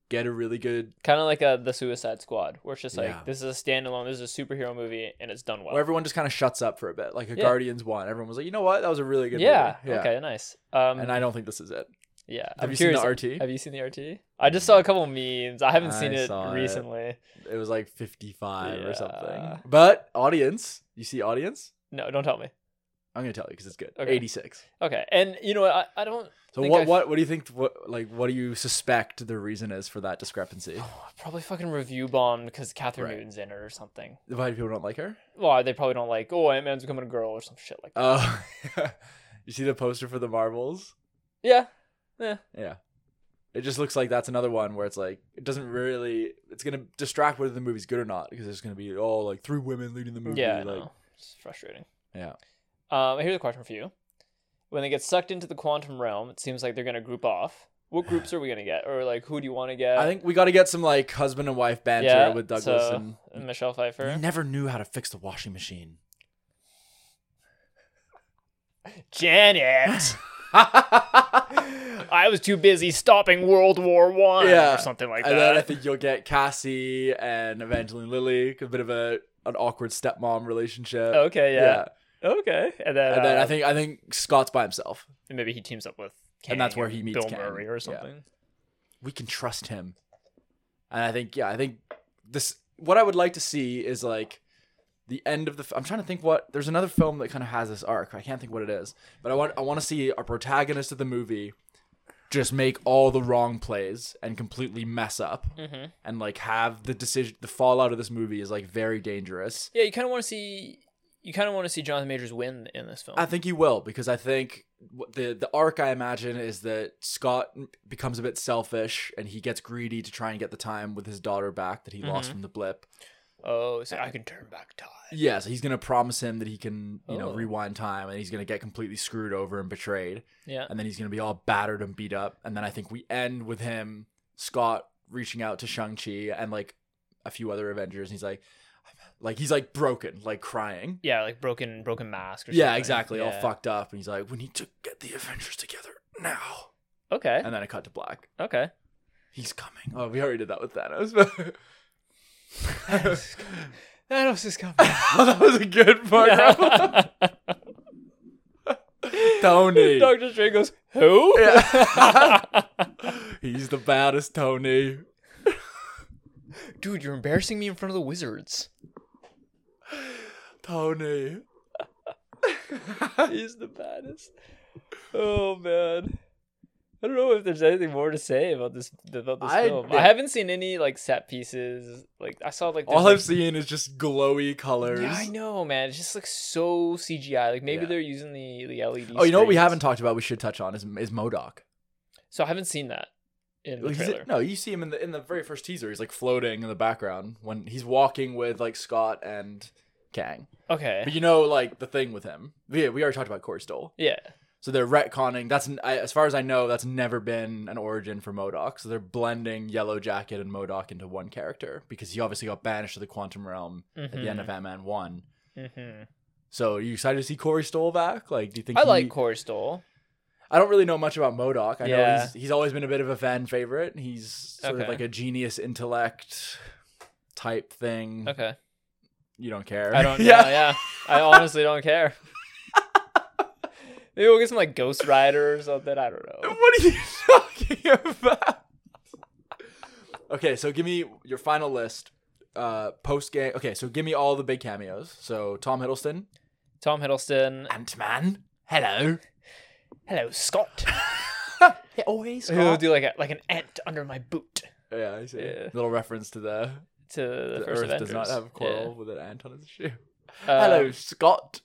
S1: get a really good
S2: Kind of like uh the Suicide Squad, where it's just like
S1: Yeah.
S2: this is a standalone, this is a superhero movie, and it's done well.
S1: where everyone just kind of shuts up for a bit, like a
S2: Yeah.
S1: Guardians one. Everyone was like, you know what, that was a really good
S2: yeah,
S1: movie.
S2: Okay. Nice. Um.
S1: And I don't think this is it.
S2: yeah.
S1: Have
S2: I'm
S1: you
S2: curious.
S1: seen the RT?
S2: Have you seen the RT? I just saw a couple memes. I haven't
S1: I
S2: seen it
S1: saw it.
S2: recently.
S1: It was like 55 or
S2: Yeah.
S1: something. But audience, you see audience?
S2: No, don't tell me.
S1: I'm gonna tell you because it's good.
S2: Okay.
S1: 86.
S2: Okay. And you know what? I, I don't
S1: So
S2: Think
S1: what,
S2: I've-
S1: what what do you think? What like what do you suspect the reason is for that discrepancy?
S2: oh, probably fucking review bomb because Catherine
S1: Right.
S2: Newton's in it or something.
S1: Why do people don't like her?
S2: Well, they probably don't like. Oh, Ant Man's becoming a girl or some shit like that.
S1: Oh, you see the poster for the Marvels?
S2: yeah.
S1: Yeah. It just looks like that's another one where it's like it doesn't really. It's gonna distract whether the movie's good or not because there's gonna be oh like three women leading the movie.
S2: Yeah. I
S1: like
S2: know. It's frustrating.
S1: Yeah.
S2: Um. Here's a question for you. When they get sucked into the quantum realm, it seems like they're gonna group off. What groups are we gonna get, or like who do you want to get?
S1: I think we got to get some like husband and wife banter
S2: Yeah,
S1: with Douglas
S2: so-
S1: and.
S2: And Uh, Michelle
S1: You
S2: Pfeiffer,
S1: never knew how to fix the washing machine.
S2: Janet. I was too busy stopping World War One
S1: Yeah.
S2: or something like
S1: And then I
S2: that.
S1: think you'll get Cassie and Evangeline Lilly, a bit of a an awkward stepmom relationship.
S2: okay, yeah. Okay, and then
S1: And then
S2: uh,
S1: I think I think Scott's by himself.
S2: And maybe he teams up with Kang
S1: And that's where he meets
S2: Bill
S1: Kang,
S2: Murray or
S1: yeah.
S2: something.
S1: We can trust him. And I think yeah, I think this what I would like to see is like the end of the f- I'm trying to think what there's another film that kind of has this arc. I can't think what it is. But I want I want to see a protagonist of the movie just make all the wrong plays and completely mess up
S2: hmm
S1: and like have the decision the fallout of this movie is like very dangerous.
S2: Yeah, you kind of want to see you kind of want to see Jonathan Majors win in this film.
S1: I think he will because I think what the the arc I imagine is that Scott becomes a bit selfish and he gets greedy to try and get the time with his daughter back that he lost
S2: Mhm.
S1: from the blip.
S2: oh, so I can turn back time.
S1: Yeah, so he's gonna promise him that he can you know
S2: Oh.
S1: rewind time and he's gonna get completely screwed over and betrayed
S2: Yeah.
S1: and then he's gonna be all battered and beat up and then I think we end with him Scott reaching out to Shang Chi and like a few other Avengers and he's like like he's like broken like crying
S2: Yeah, like broken broken mask or
S1: Yeah,
S2: something.
S1: exactly. All
S2: Yeah. Oh,
S1: fucked up. And he's like, we need to get the Avengers together now.
S2: Okay.
S1: And then I cut to black.
S2: Okay.
S1: He's coming. Oh, we already did that with Thanos. but-
S2: Thanos is coming.
S1: that was a good part. Tony.
S2: Doctor Strange goes, "Who?"
S1: Yeah. he's the baddest Tony.
S2: Dude, you're embarrassing me in front of the wizards.
S1: Tony.
S2: He's the baddest. Oh man. I don't know if there's anything more to say about this about this
S1: I-
S2: film. I haven't seen any like set pieces. Like I saw like there's,
S1: All
S2: like,
S1: I've seen is just glowy colors.
S2: Yeah, I know, man. It just looks so CGI. Like maybe
S1: Yeah.
S2: they're using the the E LED.
S1: Oh, you know what we
S2: screens.
S1: haven't talked about? We should touch on is is Modoc.
S2: So I haven't seen that in the
S1: Like, he's-
S2: trailer.
S1: no, you see him in the in the very first teaser. He's like floating in the background when he's walking with like Scott and Kang. But
S2: Okay.
S1: you know, like the thing with him. Yeah, we already talked about Corey Stoll.
S2: Yeah.
S1: So they're retconning. That's n I as far as I know, that's never been an origin for Modoc. So they're blending Yellow Jacket and Modoc into one character because he obviously got banished to the quantum realm
S2: Mm-hmm.
S1: at the end of Ant Man One. Mm-hmm,
S2: hmm
S1: So are you excited to see Corey Stoll back? Like, do you think
S2: I
S1: he-
S2: like Corey Stoll.
S1: I don't really know much about Modoc. I know
S2: Yeah.
S1: he's, he's always been a bit of a fan favorite. He's sort of
S2: Okay.
S1: like a genius intellect type thing.
S2: Okay.
S1: You don't care.
S2: I don't. yeah. Yeah. I honestly don't care. Maybe we'll get some like Ghost Rider or something. I don't know.
S1: What are you talking about? okay, so give me your final list. Uh, Post game. Okay, so give me all the big cameos. So Tom Hiddleston,
S2: Tom Hiddleston.
S1: Ant Man. Hello.
S2: Hello, Scott.
S1: Hey, oh, hey,
S2: He'll do like a, like an ant under my boot
S1: Yeah, I see.
S2: Yeah.
S1: Little reference to the,
S2: to the,
S1: the
S2: first
S1: Earth
S2: Avengers.
S1: does not have
S2: Yeah.
S1: a quarrel with an ant on its shoe.
S2: Uh,
S1: Hello, Scott.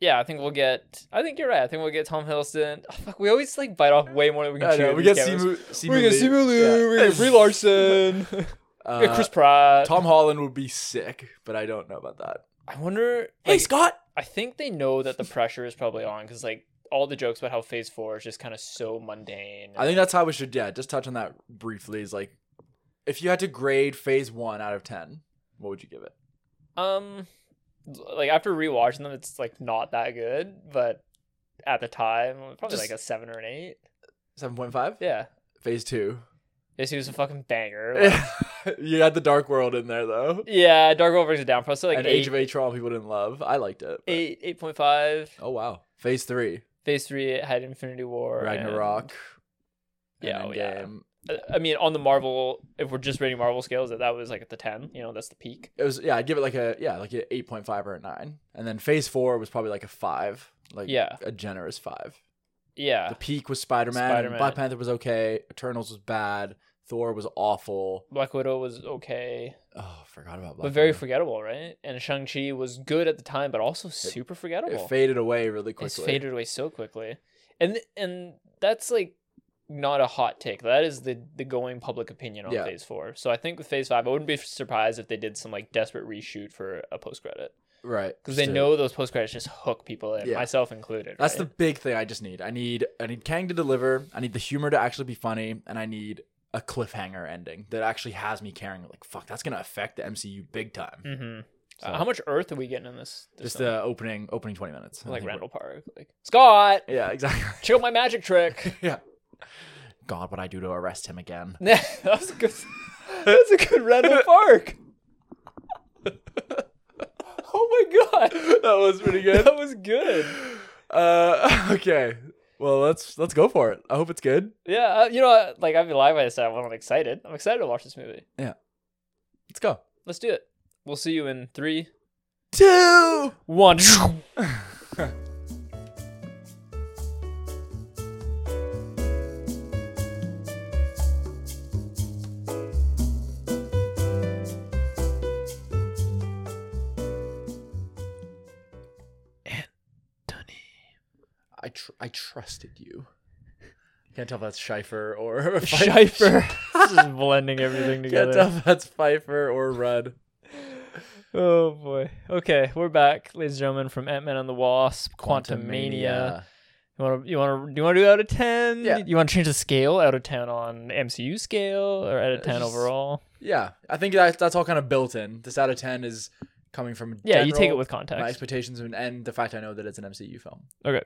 S2: Yeah, I think we'll get. I think you're right. I think we'll get Tom Hiddleston. Oh, fuck, we always like bite off way more than we can
S1: I
S2: chew.
S1: know.
S2: in
S1: We
S2: these
S1: get
S2: cameras.
S1: Simu.
S2: We get Simu Liu. We get Brie Larson. we get
S1: Uh,
S2: Chris Pratt.
S1: Tom Holland would be sick, but I don't know about that.
S2: I wonder.
S1: Hey,
S2: like,
S1: Scott.
S2: I think they know that the pressure is probably on because like all the jokes about how Phase Four is just kind of so mundane.
S1: I think that's how we should. Yeah, just touch on that briefly. Is like, if you had to grade Phase One out of ten, what would you give it?
S2: um, like after rewatching them, it's like not that good, but at the time, probably
S1: Just-
S2: like a seven or an eight.
S1: Seven point five.
S2: Yeah.
S1: Phase Two.
S2: This was a fucking banger. like-
S1: you had the Dark World in there though.
S2: yeah, Dark World versus Downfall. So like
S1: and Age
S2: eight,
S1: of Atron people didn't love. I liked it. but-
S2: eight, eight point five.
S1: Oh wow. Phase three.
S2: Phase three it had Infinity War, and-
S1: Ragnarok.
S2: Yeah,
S1: and
S2: oh, yeah.
S1: Endgame.
S2: I- I mean, on the Marvel, if we're just rating Marvel scales, that that was like at the ten. You know, that's the peak.
S1: It was yeah, I'd give it like a yeah, like an eight point five or a nine. And then phase four was probably like a five. Like
S2: Yeah.
S1: a generous five.
S2: Yeah,
S1: The peak was Spider Man.
S2: Spider-Man.
S1: Black Panther was okay. Eternals was bad. Thor was awful.
S2: Black Widow was okay,
S1: Oh, forgot about Black
S2: but very
S1: Panther.
S2: forgettable, right? And Shang Chi was good at the time, but also super forgettable.
S1: It faded away really quickly.
S2: It's faded away so quickly, and and that's like not a hot take. That is the the going public opinion on
S1: Yeah.
S2: Phase Four. So I think with Phase Five, I wouldn't be surprised if they did some like desperate reshoot for a post credit
S1: Right.
S2: because they
S1: Just to-
S2: know those post credits just hook people in,
S1: Yeah.
S2: myself included.
S1: That's
S2: right?
S1: the big thing I just need. I need I need Kang to deliver. I need the humor to actually be funny, and I need a cliffhanger ending that actually has me caring. Like fuck, that's gonna affect the MCU big time.
S2: hmm
S1: So,
S2: how much Earth are we getting in this? this
S1: Just
S2: film?
S1: the opening opening twenty minutes. I
S2: like
S1: think we're-
S2: Randall Park, like Scott,
S1: Yeah, exactly.
S2: show my magic trick.
S1: yeah. God, what I do to arrest him again?
S2: that was a good. That's a good Randall Park. oh my god.
S1: that was pretty good.
S2: That was good.
S1: Uh, okay. Well, let's let's go for it. I hope it's good.
S2: Yeah, uh, you know, uh, like I've been live by this time. I'm excited. I'm excited to watch this movie.
S1: Let's go.
S2: Let's do it. We'll see you in three,
S1: Two.
S2: one.
S1: I tr- I trusted you. Can't tell if that's Schiffer or
S2: Schifer. Just blending everything
S1: Can't tell
S2: together.
S1: if that's Pfeiffer or Rudd.
S2: Oh boy. Okay, we're back, ladies and gentlemen, from Ant Man and the Wasp, Quantumania. You want to you want to do you want to do out of ten?
S1: Yeah.
S2: You want to change the scale out of ten on MCU scale or out of
S1: Uh,
S2: ten
S1: just-
S2: overall?
S1: Yeah, I think that, that's all kind of built in. This out of ten is coming from
S2: Yeah, you take it
S1: general-
S2: with
S1: my
S2: context.
S1: expectations and, and the fact I know that it's an MCU film.
S2: Okay.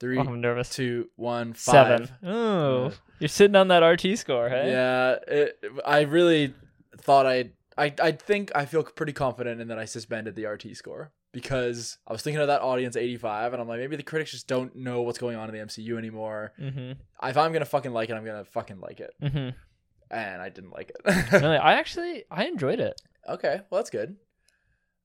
S1: Three,
S2: Oh, I'm nervous.
S1: two, one, five.
S2: Seven. Oh, you're sitting on that RT score, hey?
S1: Yeah, it, I really thought I, I, I think I feel pretty confident in that I suspended the RT score because I was thinking of that audience 85, and I'm like, maybe the critics just don't know what's going on in the MCU anymore.
S2: Mm-hmm.
S1: If I'm gonna fucking like it, I'm gonna fucking like it,
S2: Mm-hmm.
S1: and I didn't like it.
S2: Really, I actually I enjoyed it.
S1: okay, well that's good.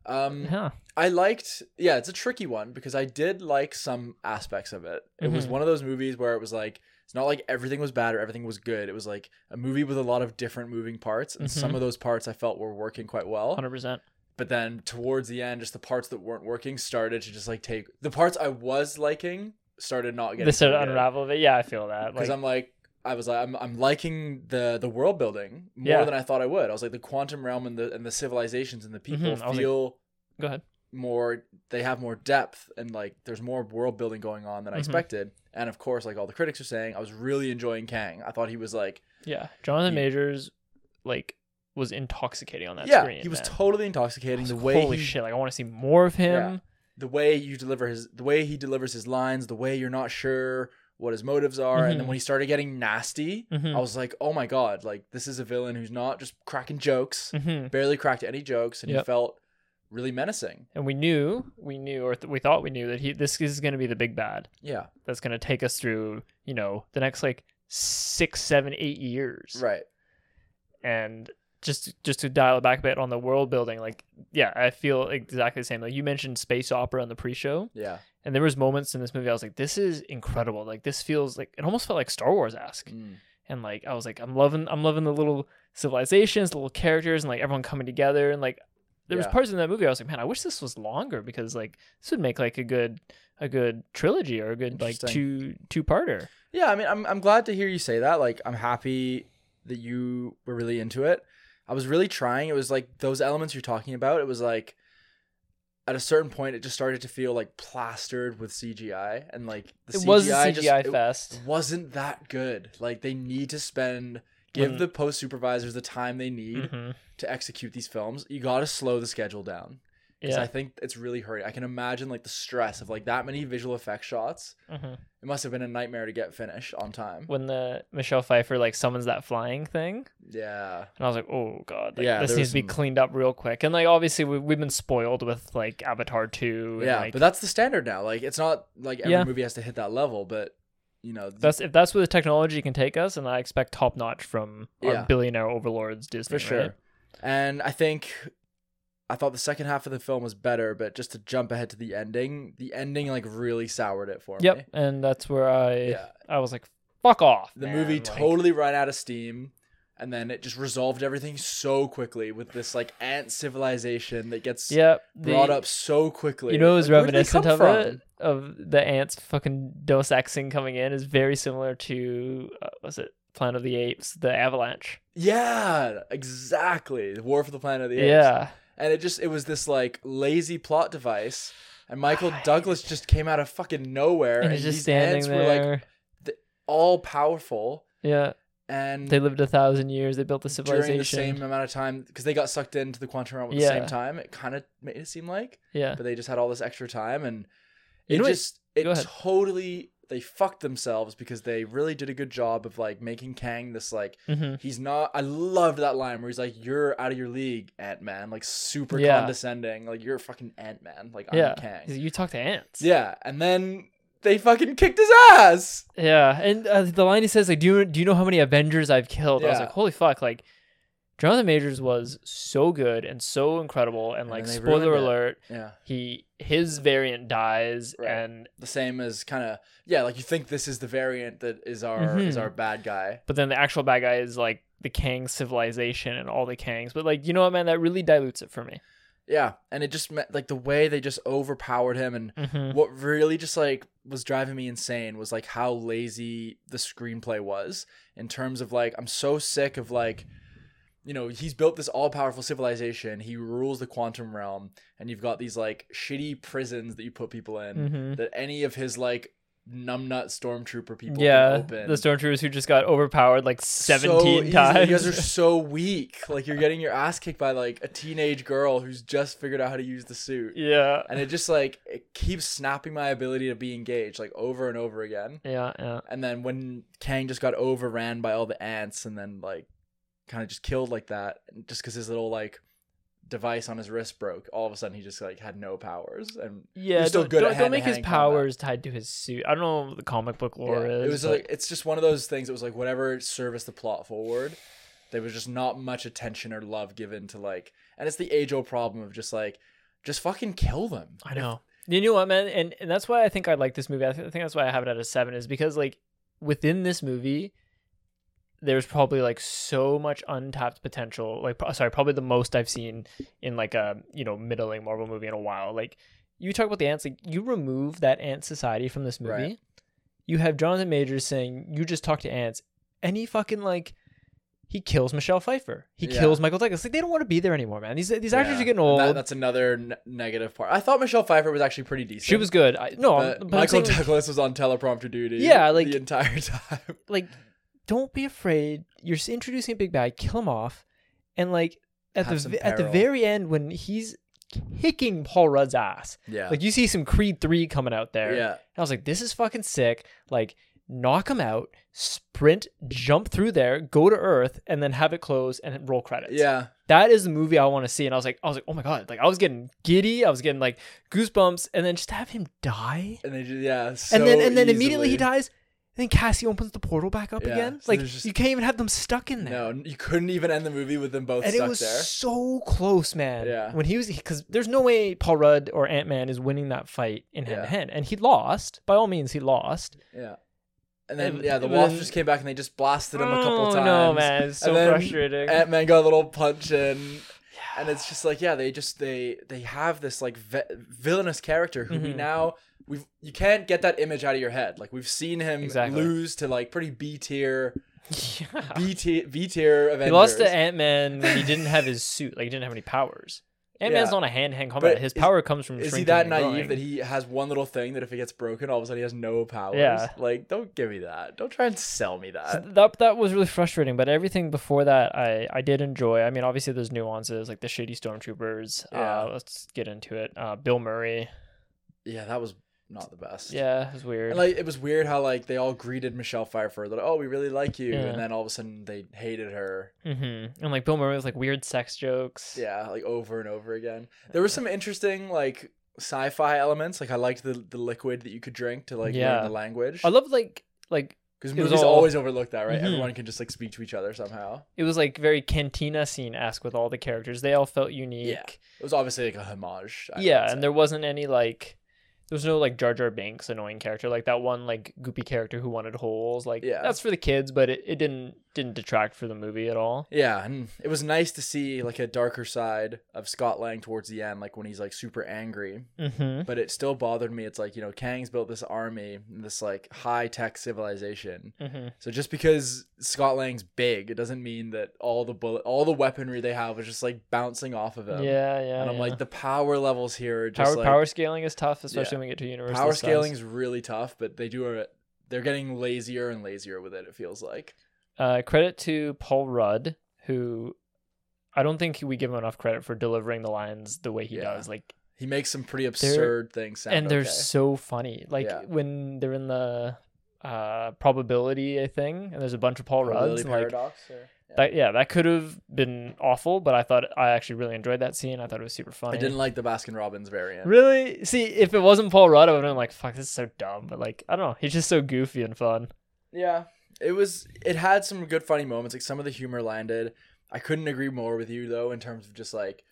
S1: Um,
S2: Yeah.
S1: I liked, yeah, it's a tricky one because I did like some aspects of it. It was
S2: Mhm.
S1: one of those movies where it was like, it's not like everything was bad or everything was good. It was like a movie with a lot of different moving parts, and some
S2: Mhm.
S1: of those parts I felt were working quite well.
S2: Hundred percent.
S1: But then towards the end, just the parts that weren't working started to just like take the parts I was liking started not getting.
S2: This
S1: so
S2: should
S1: good.
S2: unravel it. Yeah, I feel that.
S1: because
S2: Like,
S1: I'm like I was like I'm I'm liking the the world building more
S2: Yeah.
S1: than I thought I would. I was like the quantum realm and the and the civilizations and the people
S2: Mhm, I was like-
S1: feel
S2: go ahead.
S1: more they have more depth and like there's more world building going on than I
S2: Mhm.
S1: expected. And of course, like all the critics are saying, I was really enjoying Kang. I thought he was like
S2: Yeah, Jonathan
S1: You-
S2: Majors, like, was intoxicating on that
S1: yeah,
S2: screen.
S1: he was
S2: man.
S1: totally intoxicating.
S2: I
S1: The
S2: was like,
S1: way
S2: holy
S1: he,
S2: shit! Like, I want to see more of him.
S1: the way you deliver his the way he delivers his lines, the way you're not sure what his motives are, and then
S2: Mhm.
S1: when he started getting nasty,
S2: Mhm.
S1: I was like, oh my god, like this is a villain who's not just cracking jokes,
S2: Mm-hmm.
S1: barely cracked any jokes, and he
S2: Yep.
S1: felt really menacing.
S2: And we knew, we knew, or th- we thought we knew that he this is going to be the big bad
S1: Yeah,
S2: that's going to take us through, you know, the next like six, seven, eight years.
S1: right.
S2: and just just to dial it back a bit on the world building like yeah i feel exactly the same like you mentioned space opera on the pre-show
S1: Yeah,
S2: and there was moments in this movie i was like this is incredible like this feels like it almost felt like star wars-esque
S1: Mm.
S2: and like i was like i'm loving i'm loving the little civilizations the little characters and like everyone coming together and like there was
S1: Yeah.
S2: parts in that movie i was like man i wish this was longer because like this would make like a good a good trilogy or a good like two two parter
S1: Yeah, I mean, I'm I'm glad to hear you say that. Like, I'm happy that you were really into it. I was really trying. It was like those elements you're talking about. It was like at a certain point, it just started to feel like plastered with CGI, and like the
S2: it
S1: CGI
S2: was a cgi
S1: just it
S2: fest
S1: wasn't that good. Like, they need to spend give
S2: Mm.
S1: the post supervisors the time they need
S2: Mhm.
S1: to execute these films. You got to slow the schedule down. because
S2: Yeah.
S1: I think it's really hurting. I can imagine like the stress of like that many visual effect shots.
S2: hmm
S1: It must have been a nightmare to get finished on time.
S2: When the Michelle Pfeiffer like summons that flying thing,
S1: Yeah,
S2: and I was like, oh god, like,
S1: Yeah,
S2: this
S1: there
S2: needs
S1: was
S2: to be
S1: some-
S2: cleaned up real quick. And like obviously we, we've been spoiled with like Avatar two.
S1: yeah,
S2: and, like,
S1: but that's the standard now. Like it's not like every
S2: Yeah.
S1: movie has to hit that level, but you know, th-
S2: that's if that's where the technology can take us, and I expect top notch from our
S1: Yeah.
S2: billionaire overlords Disney.
S1: for sure.
S2: right?
S1: And I think I thought the second half of the film was better, but just to jump ahead to the ending, the ending like really soured it for me.
S2: Yep, and that's where I
S1: Yeah.
S2: I was like, fuck off.
S1: The
S2: man,"
S1: movie
S2: like-
S1: totally ran out of steam. And then it just resolved everything so quickly with this like ant civilization that gets
S2: Yep.
S1: brought
S2: the-
S1: up so quickly.
S2: You know, it was
S1: Like, where did they
S2: reminiscent
S1: come
S2: of
S1: from?
S2: it of the ants fucking Dos Exing coming in is very similar to uh, was it Planet of the Apes, the avalanche.
S1: Yeah, exactly. The War for the Planet of the Apes.
S2: Yeah,
S1: and it just it was this like lazy plot device. And Michael
S2: I-
S1: Douglas just came out of fucking nowhere,
S2: and
S1: and,
S2: he's just
S1: these
S2: standing
S1: ants
S2: there.
S1: were like all powerful.
S2: yeah,
S1: And
S2: they lived a thousand years. They built the
S1: during
S2: civilization.
S1: the same amount of time because they got sucked into the quantum realm at the
S2: Yeah.
S1: same time. It kind of made it seem like,
S2: yeah,
S1: but they just had all this extra time, and
S2: You
S1: it
S2: know what-
S1: just
S2: go
S1: it
S2: ahead.
S1: totally they fucked themselves because they really did a good job of like making Kang this like
S2: hmm
S1: he's not. I loved that line where he's like, "You're out of your league, Ant Man." Like super
S2: Yeah.
S1: condescending. Like you're a fucking Ant Man. Like I'm
S2: yeah.
S1: Kang.
S2: He's like, You talk to ants.
S1: yeah, and then they fucking kicked his ass.
S2: yeah. And uh, the line he says like, "Do you do you know how many Avengers I've killed?" I was
S1: Yeah.
S2: like, "Holy fuck!" Like, Jonathan Majors was so good and so incredible. And
S1: And
S2: like,
S1: then they
S2: spoiler
S1: ruined it.
S2: alert,
S1: Yeah,
S2: he his variant dies
S1: Right.
S2: and
S1: the same as kind of yeah. Like you think this is the variant that is our is
S2: Mhm.
S1: our bad guy.
S2: but then the actual bad guy is like the Kang civilization and all the Kangs. But like you know what man, that really dilutes it for me.
S1: Yeah, and it just meant like the way they just overpowered him and.
S2: Mm-hmm.
S1: What really just like was driving me insane was like how lazy the screenplay was in terms of like I'm so sick of like you know he's built this all powerful civilization he rules the quantum realm and you've got these like shitty prisons that you put people in
S2: Mm-hmm.
S1: that any of his like numbnut stormtrooper people
S2: Yeah,
S1: can open
S2: the stormtroopers who just got overpowered like
S1: So
S2: seventeen
S1: easily.
S2: times.
S1: you guys are so weak like you're getting your ass kicked by like a teenage girl who's just figured out how to use the suit
S2: yeah,
S1: and it just like it keeps snapping my ability to be engaged like over and over again
S2: yeah, yeah.
S1: and then when kang just got overran by all the ants and then like kind of just killed like that just because his little like device on his wrist broke all of a sudden he just like had no powers and
S2: Yeah,
S1: still
S2: don't,
S1: good at
S2: don't, don't
S1: hand-to-hand
S2: make his
S1: combat.
S2: powers tied to his suit. I don't know what the comic book lore
S1: Yeah,
S2: is.
S1: it was
S2: but-
S1: like it's just one of those things it was like whatever serviced the plot forward there was just not much attention or love given to like and it's the age-old problem of just like just fucking kill them
S2: I know. You know what, man, and and that's why I think I like this movie. I, th- I think that's why I have it at a seven, is because like within this movie, there's probably like so much untapped potential. Like, pro- sorry, probably the most I've seen in like a you know middling Marvel movie in a while. Like, you talk about the ants, like you remove that ant society from this movie,
S1: Right.
S2: you have Jonathan Majors saying you just talk to ants, and he fucking like. He kills Michelle Pfeiffer. He
S1: Yeah.
S2: kills Michael Douglas. Like they don't want to be there anymore, man. These these actors
S1: Yeah,
S2: are getting
S1: and
S2: old.
S1: that- that's another n- negative part i thought michelle pfeiffer was actually pretty decent
S2: she was good. I, no, I'm-
S1: but
S2: but I'm
S1: michael
S2: saying, like,
S1: douglas was on teleprompter duty
S2: Yeah, like-
S1: the entire time
S2: like don't be afraid you're s- introducing a big bad kill him off and like at
S1: Have
S2: the
S1: some
S2: v- at the
S1: peril.
S2: very end when he's kicking paul rudd's ass
S1: yeah
S2: like you see some creed 3 coming out there and
S1: yeah
S2: i was like this is fucking sick like knock him out sprint jump through there go to earth and then have it close and roll credits
S1: yeah
S2: that is the movie i want to see and i was like i was like oh my god like i was getting giddy i was getting like goosebumps and then just have him die
S1: and they just yeah
S2: and then
S1: so
S2: and then immediately he
S1: easily.
S2: dies. And then Cassie opens the portal back up
S1: Yeah,
S2: again.
S1: so
S2: like
S1: there's just-
S2: you can't even have them stuck in there.
S1: no you couldn't even end the movie with them both
S2: and
S1: stuck
S2: it was
S1: there
S2: so close, man.
S1: Yeah.
S2: When he was because there's no way Paul Rudd or Ant Man is winning that fight in hand
S1: Yeah.
S2: to hand, and he lost. By all means, he lost.
S1: yeah and then
S2: And-
S1: yeah the
S2: and
S1: wasp
S2: then-
S1: just came back and they just blasted him a couple
S2: Oh,
S1: times
S2: No, man, it's so
S1: And then
S2: frustrating.
S1: Ant Man got a little punch in, and it's just like yeah, they just they they have this like ve- villainous character who we
S2: Mhm.
S1: now we've you can't get that image out of your head. Like we've seen him
S2: Exactly. Ah.
S1: lose to like pretty B tier
S2: Yeah.
S1: B tier B tier Avengers.
S2: He lost to Ant Man when he didn't have his suit. Like he didn't have any powers. Ant Man's
S1: Yeah.
S2: not a hand to hand combat.
S1: But
S2: His
S1: is-
S2: power comes from
S1: Is he
S2: shrinking
S1: that
S2: and
S1: naive
S2: growing.
S1: that he has one little thing that if it gets broken, all of a sudden he has no powers?
S2: Yeah.
S1: Like, don't give me that. Don't try and sell me that.
S2: So Uh, that that was really frustrating, but everything before that I I did enjoy. I mean, obviously there's nuances like the shady stormtroopers.
S1: Yeah.
S2: Uh, let's get into it. Uh, Bill Murray.
S1: yeah, that was not the best.
S2: Yeah, it was weird.
S1: And like it was weird how like they all greeted Michelle Pfeiffer that oh we really like you
S2: Yeah.
S1: and then all of a sudden they hated her
S2: mm-hmm. And like Bill Murray with like weird sex jokes.
S1: yeah like over and over again. There were some interesting like sci-fi elements like I liked the the liquid that you could drink to like
S2: Yeah.
S1: learn the language
S2: I love like like
S1: because
S2: it was
S1: movies
S2: all-
S1: always overlook that right
S2: Mhm.
S1: everyone can just like speak to each other somehow.
S2: it was like very cantina scene esque with all the characters. They all felt unique.
S1: It was obviously like a homage. I would
S2: yeah
S1: say.
S2: and there wasn't any like there was no like Jar Jar Banks annoying character like that one like goopy character who wanted holes like
S1: Yeah.
S2: that's for the kids but it, it didn't didn't detract for the movie at all
S1: Yeah, and it was nice to see like a darker side of Scott Lang towards the end, like when he's like super angry.
S2: mm-hmm
S1: But it still bothered me. It's like, you know, Kang's built this army, and this like high tech civilization.
S2: mm-hmm
S1: So just because Scott Lang's big, it doesn't mean that all the bullet all the weaponry they have is just like bouncing off of
S2: yeah
S1: him.
S2: yeah
S1: And I'm
S2: yeah.
S1: like, the power levels here are just
S2: power
S1: like
S2: power scaling is tough especially when we get to universal
S1: power
S2: size.
S1: scaling is really tough, but they do a they're getting lazier and lazier with it, it feels like.
S2: uh credit to Paul Rudd who I don't think we give him enough credit for delivering the lines the way he
S1: Yeah.
S2: does like
S1: He makes some pretty absurd things sound.
S2: and they're
S1: okay.
S2: so funny. Like
S1: Yeah.
S2: when they're in the uh probability thing, and there's a bunch of Paul
S1: Probability
S2: Rudds. and, Like,
S1: paradox. or- yeah.
S2: that, yeah, that could have been awful, but I thought I actually really enjoyed that scene. I thought it was super
S1: I
S2: funny.
S1: didn't like the Baskin Robbins variant.
S2: really see if it wasn't Paul Rudd, I would have been like, "Fuck, this is so dumb." But like, I don't know, he's just so goofy and fun.
S1: Yeah, it was. It had some good funny moments. Like some of the humor landed. I couldn't agree more with you though in terms of just like.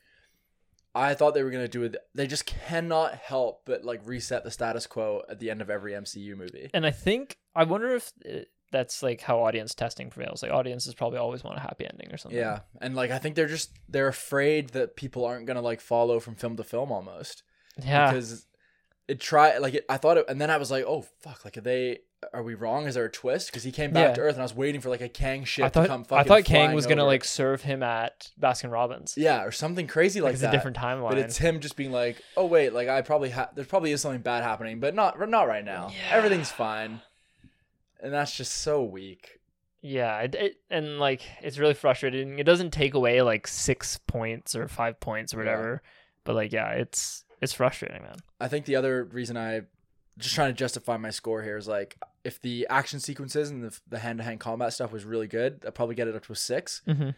S1: I thought they were gonna do it. They just cannot help but like reset the status quo at the end of every MCU movie.
S2: And I think I wonder if uh, that's like how audience testing prevails. Like audiences probably always want a happy ending or something.
S1: Yeah, and like I think they're just they're afraid that people aren't gonna like follow from film to film almost
S2: yeah.
S1: because it tried like it, I thought it, and then I was like, oh fuck, like are they are we wrong? Is there a twist? Because he came back
S2: Yeah.
S1: to Earth, and I was waiting for like a Kang ship
S2: I thought
S1: to come.
S2: I
S1: Fucking
S2: thought Kang
S1: flying
S2: was gonna
S1: over.
S2: like serve him at Baskin Robbins.
S1: yeah or something crazy like
S2: it's
S1: that.
S2: a different timeline.
S1: But it's him just being like, "Oh wait, like I probably ha- there probably is something bad happening, but not not right now.
S2: Yeah.
S1: Everything's fine." And that's just so weak.
S2: yeah, it, it, and like it's really frustrating. It doesn't take away like six points or five points or
S1: Yeah.
S2: whatever, but like yeah, it's it's frustrating, man.
S1: I think the other reason I just trying to justify my score here is like if the action sequences and the the hand to hand combat stuff was really good, I'd probably get it up to a six.
S2: Mm-hmm.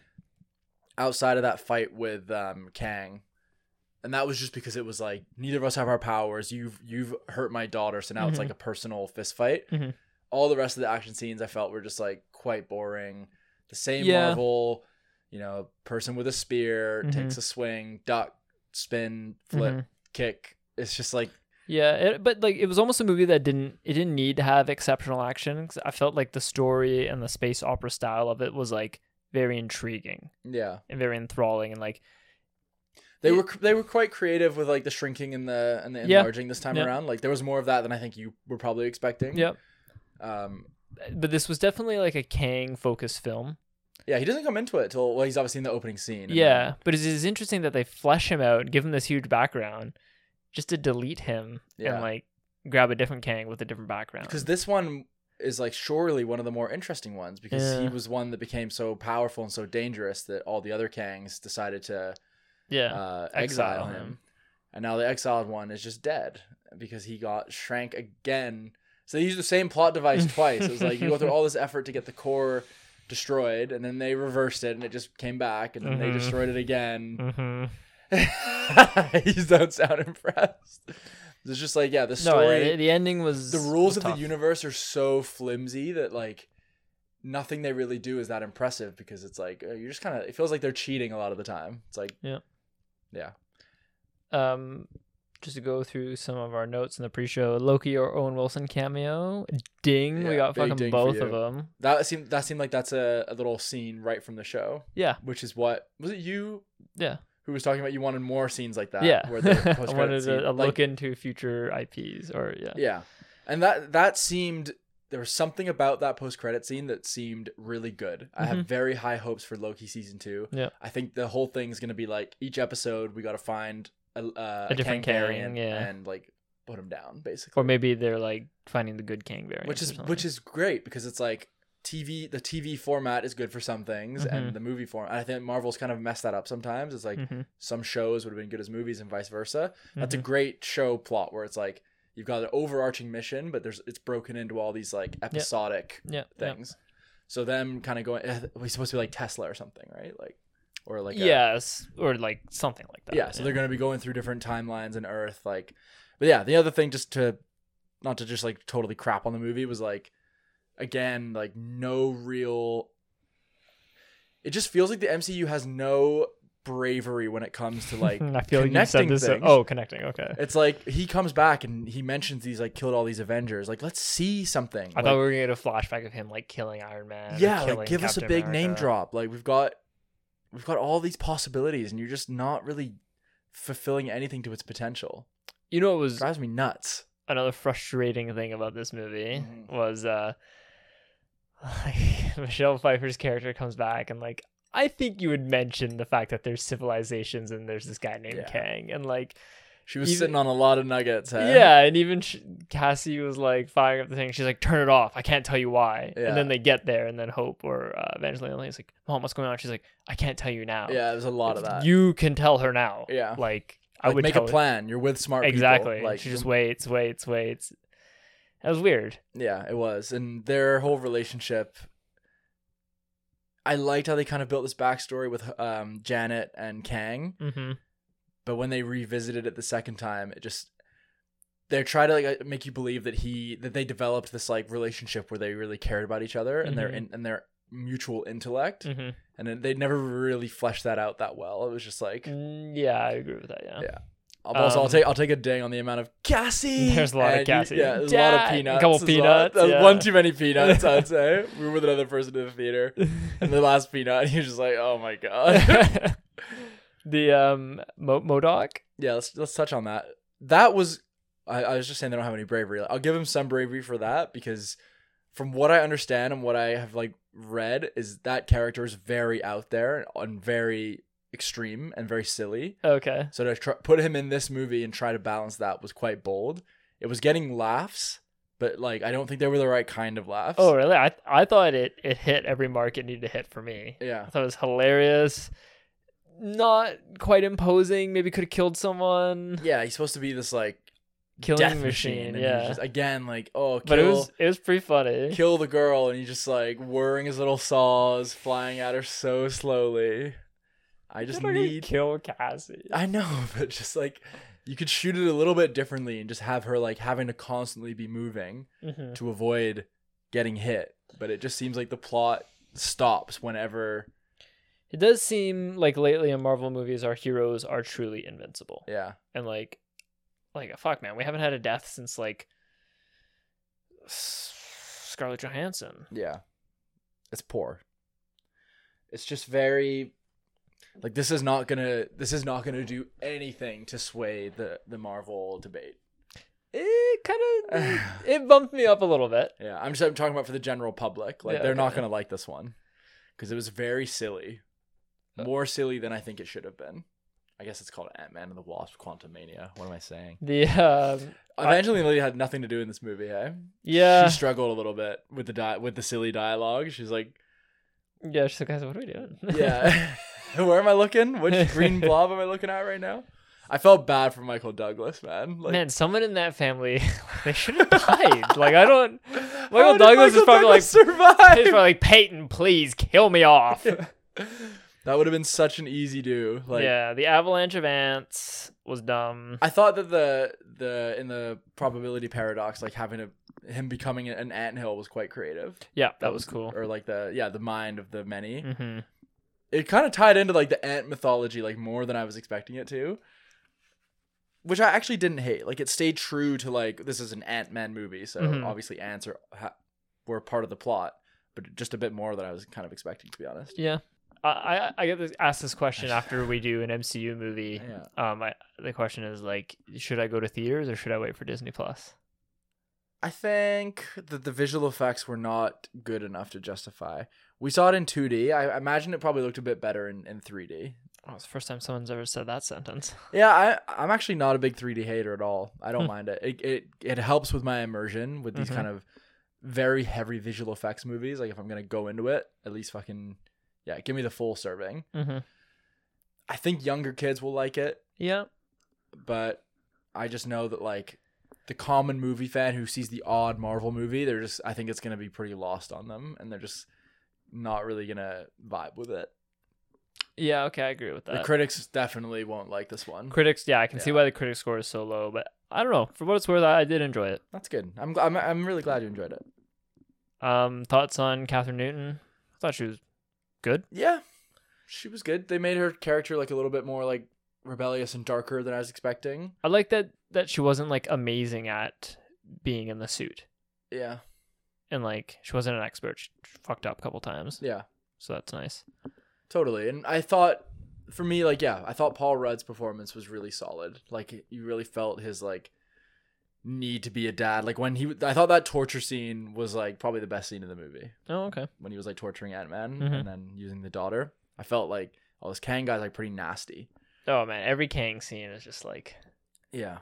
S1: Outside of that fight with um, Kang, and that was just because it was like neither of us have our powers. You've you've hurt my daughter, so now
S2: Mhm.
S1: it's like a personal fist fight.
S2: Mhm.
S1: All the rest of the action scenes I felt were just like quite boring. The same
S2: Yeah.
S1: Marvel, you know, person with a spear
S2: Mhm.
S1: takes a swing, duck, spin, flip,
S2: Mm-hmm.
S1: kick. It's just like
S2: Yeah, it, but like it was almost a movie that didn't it didn't need to have exceptional action. 'cause I felt like the story and the space opera style of it was like very intriguing
S1: yeah,
S2: and very enthralling and like
S1: they
S2: It-
S1: were they were quite creative with like the shrinking and the and the
S2: Yeah.
S1: enlarging this time
S2: Yeah.
S1: around. Like there was more of that than I think you were probably expecting.
S2: yep.
S1: Um,
S2: But this was definitely like a Kang focused film.
S1: yeah, he doesn't come into it till well, he's obviously in the opening scene. and
S2: Yeah, but it is interesting that they flesh him out, give him this huge background, just to delete him
S1: Yeah.
S2: and like grab a different Kang with a different background.
S1: because this one is like surely one of the more interesting ones because he
S2: Yeah.
S1: was one that became so powerful and so dangerous that all the other Kangs decided to
S2: yeah,
S1: uh,
S2: Exile
S1: exile him.
S2: him.
S1: and now the exiled one is just dead because he got shrank again. So they used the same plot device twice. It was like you go through all this effort to get the core destroyed, and then they reversed it, and it just came back, and then they
S2: Mhm.
S1: destroyed it again.
S2: hmm
S1: you don't sound impressed. It's just like yeah, the
S2: no,
S1: story
S2: the, the ending was
S1: the rules
S2: was
S1: of
S2: tough.
S1: the universe are so flimsy that like nothing they really do is that impressive because it's like uh, you're just kind of it feels like they're cheating a lot of the time it's like
S2: Um, just to go through some of our notes in the pre-show, Loki or Owen Wilson cameo, ding, we
S1: Yeah,
S2: got
S1: big
S2: fucking
S1: ding for
S2: both of
S1: you.
S2: them.
S1: that seemed that seemed like that's a, a little scene right from the show
S2: Yeah,
S1: which is what was it you
S2: yeah,
S1: who was talking about you wanted more scenes like that
S2: yeah.
S1: where the
S2: I
S1: post-credit
S2: wanted
S1: scene,
S2: a, a
S1: like,
S2: look into future IPs or yeah,
S1: yeah and that that seemed there was something about that post credit scene that seemed really good. I have very high hopes for Loki season two.
S2: Mm-hmm. Yeah.
S1: I think the whole thing's gonna be like each episode we got to find a, uh,
S2: A different
S1: Kangarian
S2: Kang, yeah.
S1: and like put him down basically,
S2: Or maybe they're like finding the good Kang variant.
S1: which
S2: or
S1: is
S2: something.
S1: which is great because it's like TV the TV format is good for some things
S2: Mm-hmm.
S1: and the movie format. I think Marvel's kind of messed that up sometimes. It's like
S2: Mhm,
S1: some shows would have been good as movies and vice versa. That's a
S2: mhm.
S1: great show plot where it's like you've got an overarching mission, but there's it's broken into all these like episodic
S2: yeah, yeah.
S1: things. So them kind of going, eh, we supposed to be like Tesla or something, right? Like, or like a-
S2: yes, or like something like that.
S1: yeah. So they're going to be going through different timelines and Earth, like. But yeah, the other thing, just to not to just like totally crap on the movie, was like, again, like no real. It just feels like the MCU has no bravery when it comes to like
S2: I feel like you said
S1: connecting
S2: this.
S1: things.
S2: Oh, connecting. Okay.
S1: It's like he comes back and he mentions these like killed all these Avengers. Like let's see something.
S2: I
S1: Like,
S2: thought we were gonna get a flashback of him like killing Iron Man. or
S1: yeah, like
S2: killing
S1: give us a
S2: Captain
S1: big name
S2: America.
S1: drop. Like we've got we've got all these possibilities and you're just not really fulfilling anything to its potential.
S2: You know, what
S1: It
S2: was
S1: drives me nuts.
S2: another frustrating thing about this movie
S1: Mhm.
S2: was uh like Michelle Pfeiffer's character comes back and like I think you would mention the fact that there's civilizations and there's this guy named
S1: Yeah.
S2: Kang and like
S1: She was
S2: Even-
S1: sitting on a lot of nuggets. Hey?
S2: yeah and even sh Cassie was like firing up the thing she's like turn it off I can't tell you why
S1: Yeah.
S2: and then they get there and then Hope or uh, Evangeline Lilly's like mom what's going on she's like I can't tell you now
S1: Yeah, there's a lot of that.
S2: you can tell her now
S1: Yeah.
S2: like I
S1: Like,
S2: would
S1: make
S2: tell
S1: a plan. You're with smart people.
S2: exactly And
S1: Like
S2: she just waits waits waits that was weird
S1: Yeah, it was. And their whole relationship I liked how they kind of built this backstory with um, Janet and Kang.
S2: mm-hmm.
S1: but when they revisited it the second time it just they're trying to like uh, make you believe that he that they developed this like relationship where they really cared about each other and their
S2: Mhm.
S1: in, and their mutual intellect
S2: Mm-hmm.
S1: and then they never really fleshed that out that well it was just like
S2: Mm, Yeah, I agree with that. Yeah.
S1: Yeah. I'll, also, I'll
S2: um,
S1: take I'll take a ding on the amount of Cassie.
S2: There's a lot of
S1: And you-
S2: Cassie.
S1: yeah, there's a lot of
S2: Dad.
S1: peanuts.
S2: Couple
S1: there's a lot-
S2: peanuts,
S1: there's
S2: yeah.
S1: One too many peanuts, I'd say. We were with another person in the theater, and the last peanut, and he was just like, "Oh my god."
S2: the um Mo- Modoc.
S1: yeah let's let's touch on that that was I, I was just saying they don't have any bravery i'll give him some bravery for that because from what i understand and what i have like read is that character is very out there and very extreme and very silly
S2: Okay.
S1: so to try, put him in this movie and try to balance that was quite bold it was getting laughs but like i don't think they were the right kind of laughs
S2: Oh really? I I thought it it hit every mark it needed to hit for me.
S1: yeah
S2: I thought it was hilarious. Not quite imposing. Maybe could have killed someone.
S1: yeah he's supposed to be this like
S2: Killing
S1: death
S2: machine.
S1: machine, and he's
S2: yeah.
S1: just, again like oh kill,
S2: but it was it was pretty funny.
S1: kill the girl and he's just like whirring his little saws flying at her so slowly i just
S2: Literally
S1: need
S2: kill Cassie.
S1: i know but just like you could shoot it a little bit differently and just have her like having to constantly be moving
S2: Mhm.
S1: to avoid getting hit but it just seems like the plot stops whenever
S2: It does seem like lately in Marvel movies, our heroes are truly invincible.
S1: yeah
S2: and like like fuck man we haven't had a death since like S- scarlett johansson
S1: yeah it's poor it's just very like this is not gonna this is not gonna do anything to sway the the marvel debate
S2: it kind of it bumped me up a little bit
S1: Yeah, I'm just I'm talking about for the general public. Like
S2: Yeah,
S1: they're not
S2: okay.
S1: gonna like this one because it was very silly,
S2: Uh,
S1: more silly than I think it should have been. I guess it's called Ant Man and the Wasp: Quantumania. What am I saying?
S2: the um I-
S1: Evangeline Lilly had nothing to do in this movie. Hey,
S2: yeah
S1: she struggled a little bit with the di- with the silly dialogue. She's like,
S2: yeah she's like guys what are we doing
S1: yeah, where am I looking? Which green blob am I looking at right now? I felt bad for Michael Douglas, man. Like,
S2: man someone in that family they should have died like i don't
S1: how did
S2: Douglas is probably
S1: Douglas
S2: it's
S1: survive.
S2: probably like peyton please kill me off
S1: that would have been such an easy do. Like,
S2: yeah the avalanche of ants was dumb
S1: I thought that the the in the probability paradox, like having a him becoming an anthill was quite creative.
S2: yeah that, was, cool
S1: Or like the yeah, the mind of the many.
S2: hmm
S1: It kind of tied into like the ant mythology like more than I was expecting it to. Which I actually didn't hate. Like it stayed true to like this is an Ant Man movie, so
S2: Mhm.
S1: obviously ants are ha- were part of the plot, but just a bit more than I was kind of expecting to be honest.
S2: yeah I, I i get this, asked this question after we do an mcu movie
S1: Yeah.
S2: um I, the question is like should i go to theaters or should i wait for disney plus
S1: I think that the visual effects were not good enough to justify. We saw it in 2D. I imagine it probably looked a bit better in, in 3D.
S2: Oh, it's the first time someone's ever said that sentence.
S1: Yeah, I, I'm actually not a big 3D hater at all. I don't mind it. It, it. it helps with my immersion with these
S2: Mhm.
S1: kind of very heavy visual effects movies. Like if I'm gonna go into it, at least fucking yeah, give me the full serving.
S2: Mm-hmm.
S1: I think younger kids will like it,
S2: Yeah.
S1: but I just know that like the common movie fan who sees the odd Marvel movie, they're just I think it's gonna be pretty lost on them, and they're just not really gonna vibe with it.
S2: Yeah. Okay, I agree with that.
S1: The critics definitely won't like this one.
S2: critics, yeah, I can see
S1: Yeah.
S2: why the critic score is so low, but I don't know. For what it's worth, I I did enjoy it.
S1: That's good. I'm, gl- I'm I'm really glad you enjoyed it.
S2: Um, thoughts on Catherine Newton? I thought she was good.
S1: Yeah, she was good. They made her character like a little bit more like rebellious and darker than I was expecting.
S2: I like that that she wasn't like amazing at being in the suit,
S1: Yeah,
S2: and like she wasn't an expert. She fucked up a couple times,
S1: yeah,
S2: so that's nice.
S1: totally. And I thought, for me, like yeah, I thought Paul Rudd's performance was really solid. Like you really felt his like need to be a dad. Like when he, I thought that torture scene was like probably the best scene in the movie
S2: Oh, okay.
S1: when he was like torturing Ant Man
S2: Mhm.
S1: and then using the daughter. I felt like oh, this Kang guy's like pretty nasty.
S2: Oh man, every Kang scene is just like
S1: Yeah,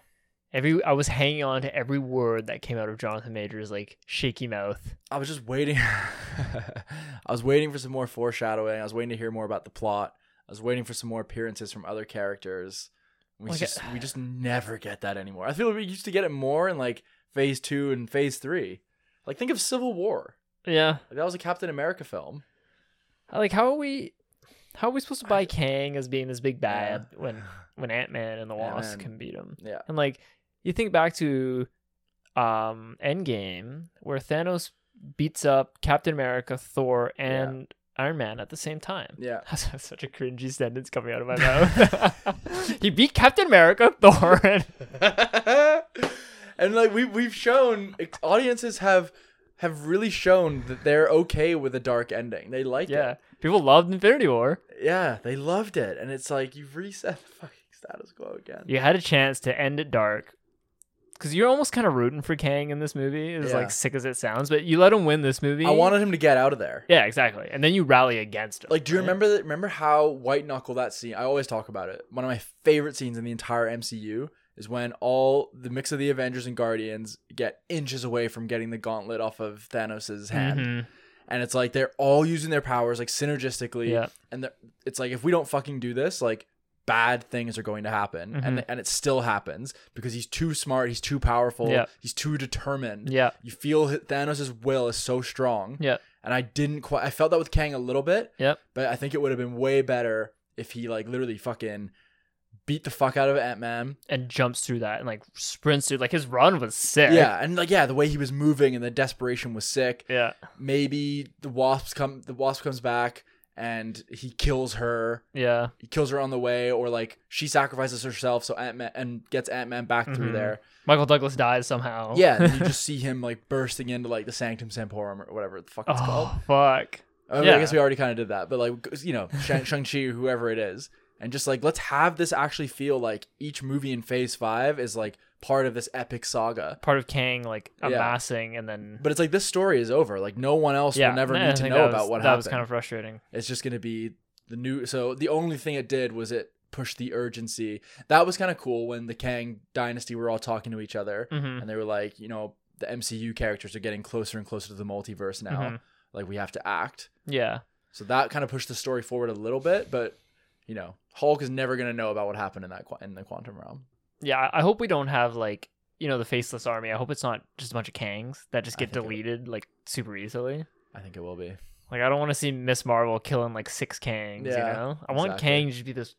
S2: every. I was hanging on to every word that came out of Jonathan Majors, like shaky mouth.
S1: I was just waiting. I was waiting for some more foreshadowing. I was waiting to hear more about the plot. I was waiting for some more appearances from other characters. We
S2: Like,
S1: just
S2: uh,
S1: we just never get that anymore. I feel we used to get it more in like Phase Two and Phase Three. Like think of Civil War.
S2: Yeah,
S1: Like that was a Captain America film.
S2: I like how are we, how are we supposed to buy
S1: I-
S2: Kang as being this big bad
S1: Yeah.
S2: when when Ant Man and the Wasp
S1: Ant-Man.
S2: can beat him?
S1: Yeah.
S2: and like you think back to um Endgame where Thanos beats up Captain America, Thor, and Iron Man at the same time.
S1: Yeah.
S2: That's such a cringy sentence coming out of my mouth. he beat Captain America, Thor, and
S1: and like we we've shown audiences have have really shown that they're okay with a dark ending. They like it.
S2: yeah, people loved Infinity War.
S1: Yeah, they loved it, and it's like you've reset the fucking status quo again.
S2: You had a chance to end it dark. Cause you're almost kind of rooting for Kang in this movie, as
S1: Yeah.
S2: like sick as it sounds, but you let him win this movie.
S1: I wanted him to get out of there.
S2: yeah, exactly. And then you rally against him.
S1: Like, do you
S2: right?
S1: remember that? Remember how white knuckle that scene? I always talk about it. One of my favorite scenes in the entire MCU is when all the mix of the Avengers and Guardians get inches away from getting the gauntlet off of Thanos' hand,
S2: Mhm.
S1: and it's like they're all using their powers like synergistically,
S2: Yeah.
S1: and they're- it's like if we don't fucking do this, like bad things are going to happen,
S2: Mm-hmm.
S1: and and it still happens because he's too smart, he's too powerful,
S2: Yeah.
S1: he's too determined.
S2: Yeah.
S1: You feel hi- Thanos' will is so strong.
S2: Yeah.
S1: And I didn't quite I felt that with Kang a little bit.
S2: Yep.
S1: But I think it would have been way better if he like literally fucking beat the fuck out of Ant Man.
S2: And jumps through that and like sprints through. Like his run was sick.
S1: Yeah. And like yeah, the way he was moving and the desperation was sick.
S2: Yeah.
S1: Maybe the wasps come the wasp comes back and he kills her.
S2: Yeah.
S1: He kills her on the way, or like she sacrifices herself so Ant Man and gets Ant Man back through
S2: Mhm.
S1: there.
S2: Michael Douglas dies somehow.
S1: Yeah, and you just see him like bursting into like the Sanctum Sanctorum or whatever the fuck it's called.
S2: oh, fuck.
S1: I, mean, I
S2: Yeah.
S1: guess we already kind of did that, but like g- you know, Shang Chi, whoever it is, and just like let's have this actually feel like each movie in Phase Five is like part of this epic saga.
S2: Part of Kang like
S1: Yeah.
S2: amassing and then.
S1: But it's like this story is over. Like no one else
S2: yeah.
S1: will never
S2: and I
S1: need to
S2: think
S1: know
S2: that was-
S1: about what
S2: that
S1: happened.
S2: was kind of frustrating.
S1: It's just gonna be the new. So the only thing it did was it pushed the urgency. That was kind of cool when the Kang Dynasty were all talking to each other,
S2: Mm-hmm.
S1: and they were like, you know, the MCU characters are getting closer and closer to the multiverse now.
S2: Mhm.
S1: Like we have to act.
S2: Yeah.
S1: So that kind of pushed the story forward a little bit, but you know, Hulk is never going to know about what happened in that qu- in the quantum realm.
S2: Yeah. I- I hope we don't have like, you know, the faceless army. I hope it's not just a bunch of Kangs that just
S1: I
S2: get
S1: think it-
S2: deleted like super easily.
S1: I think it will be.
S2: Like, I don't want to see Miss Marvel killing like six Kangs, you
S1: Yeah,
S2: know? I want
S1: exactly.
S2: Kang to just be this.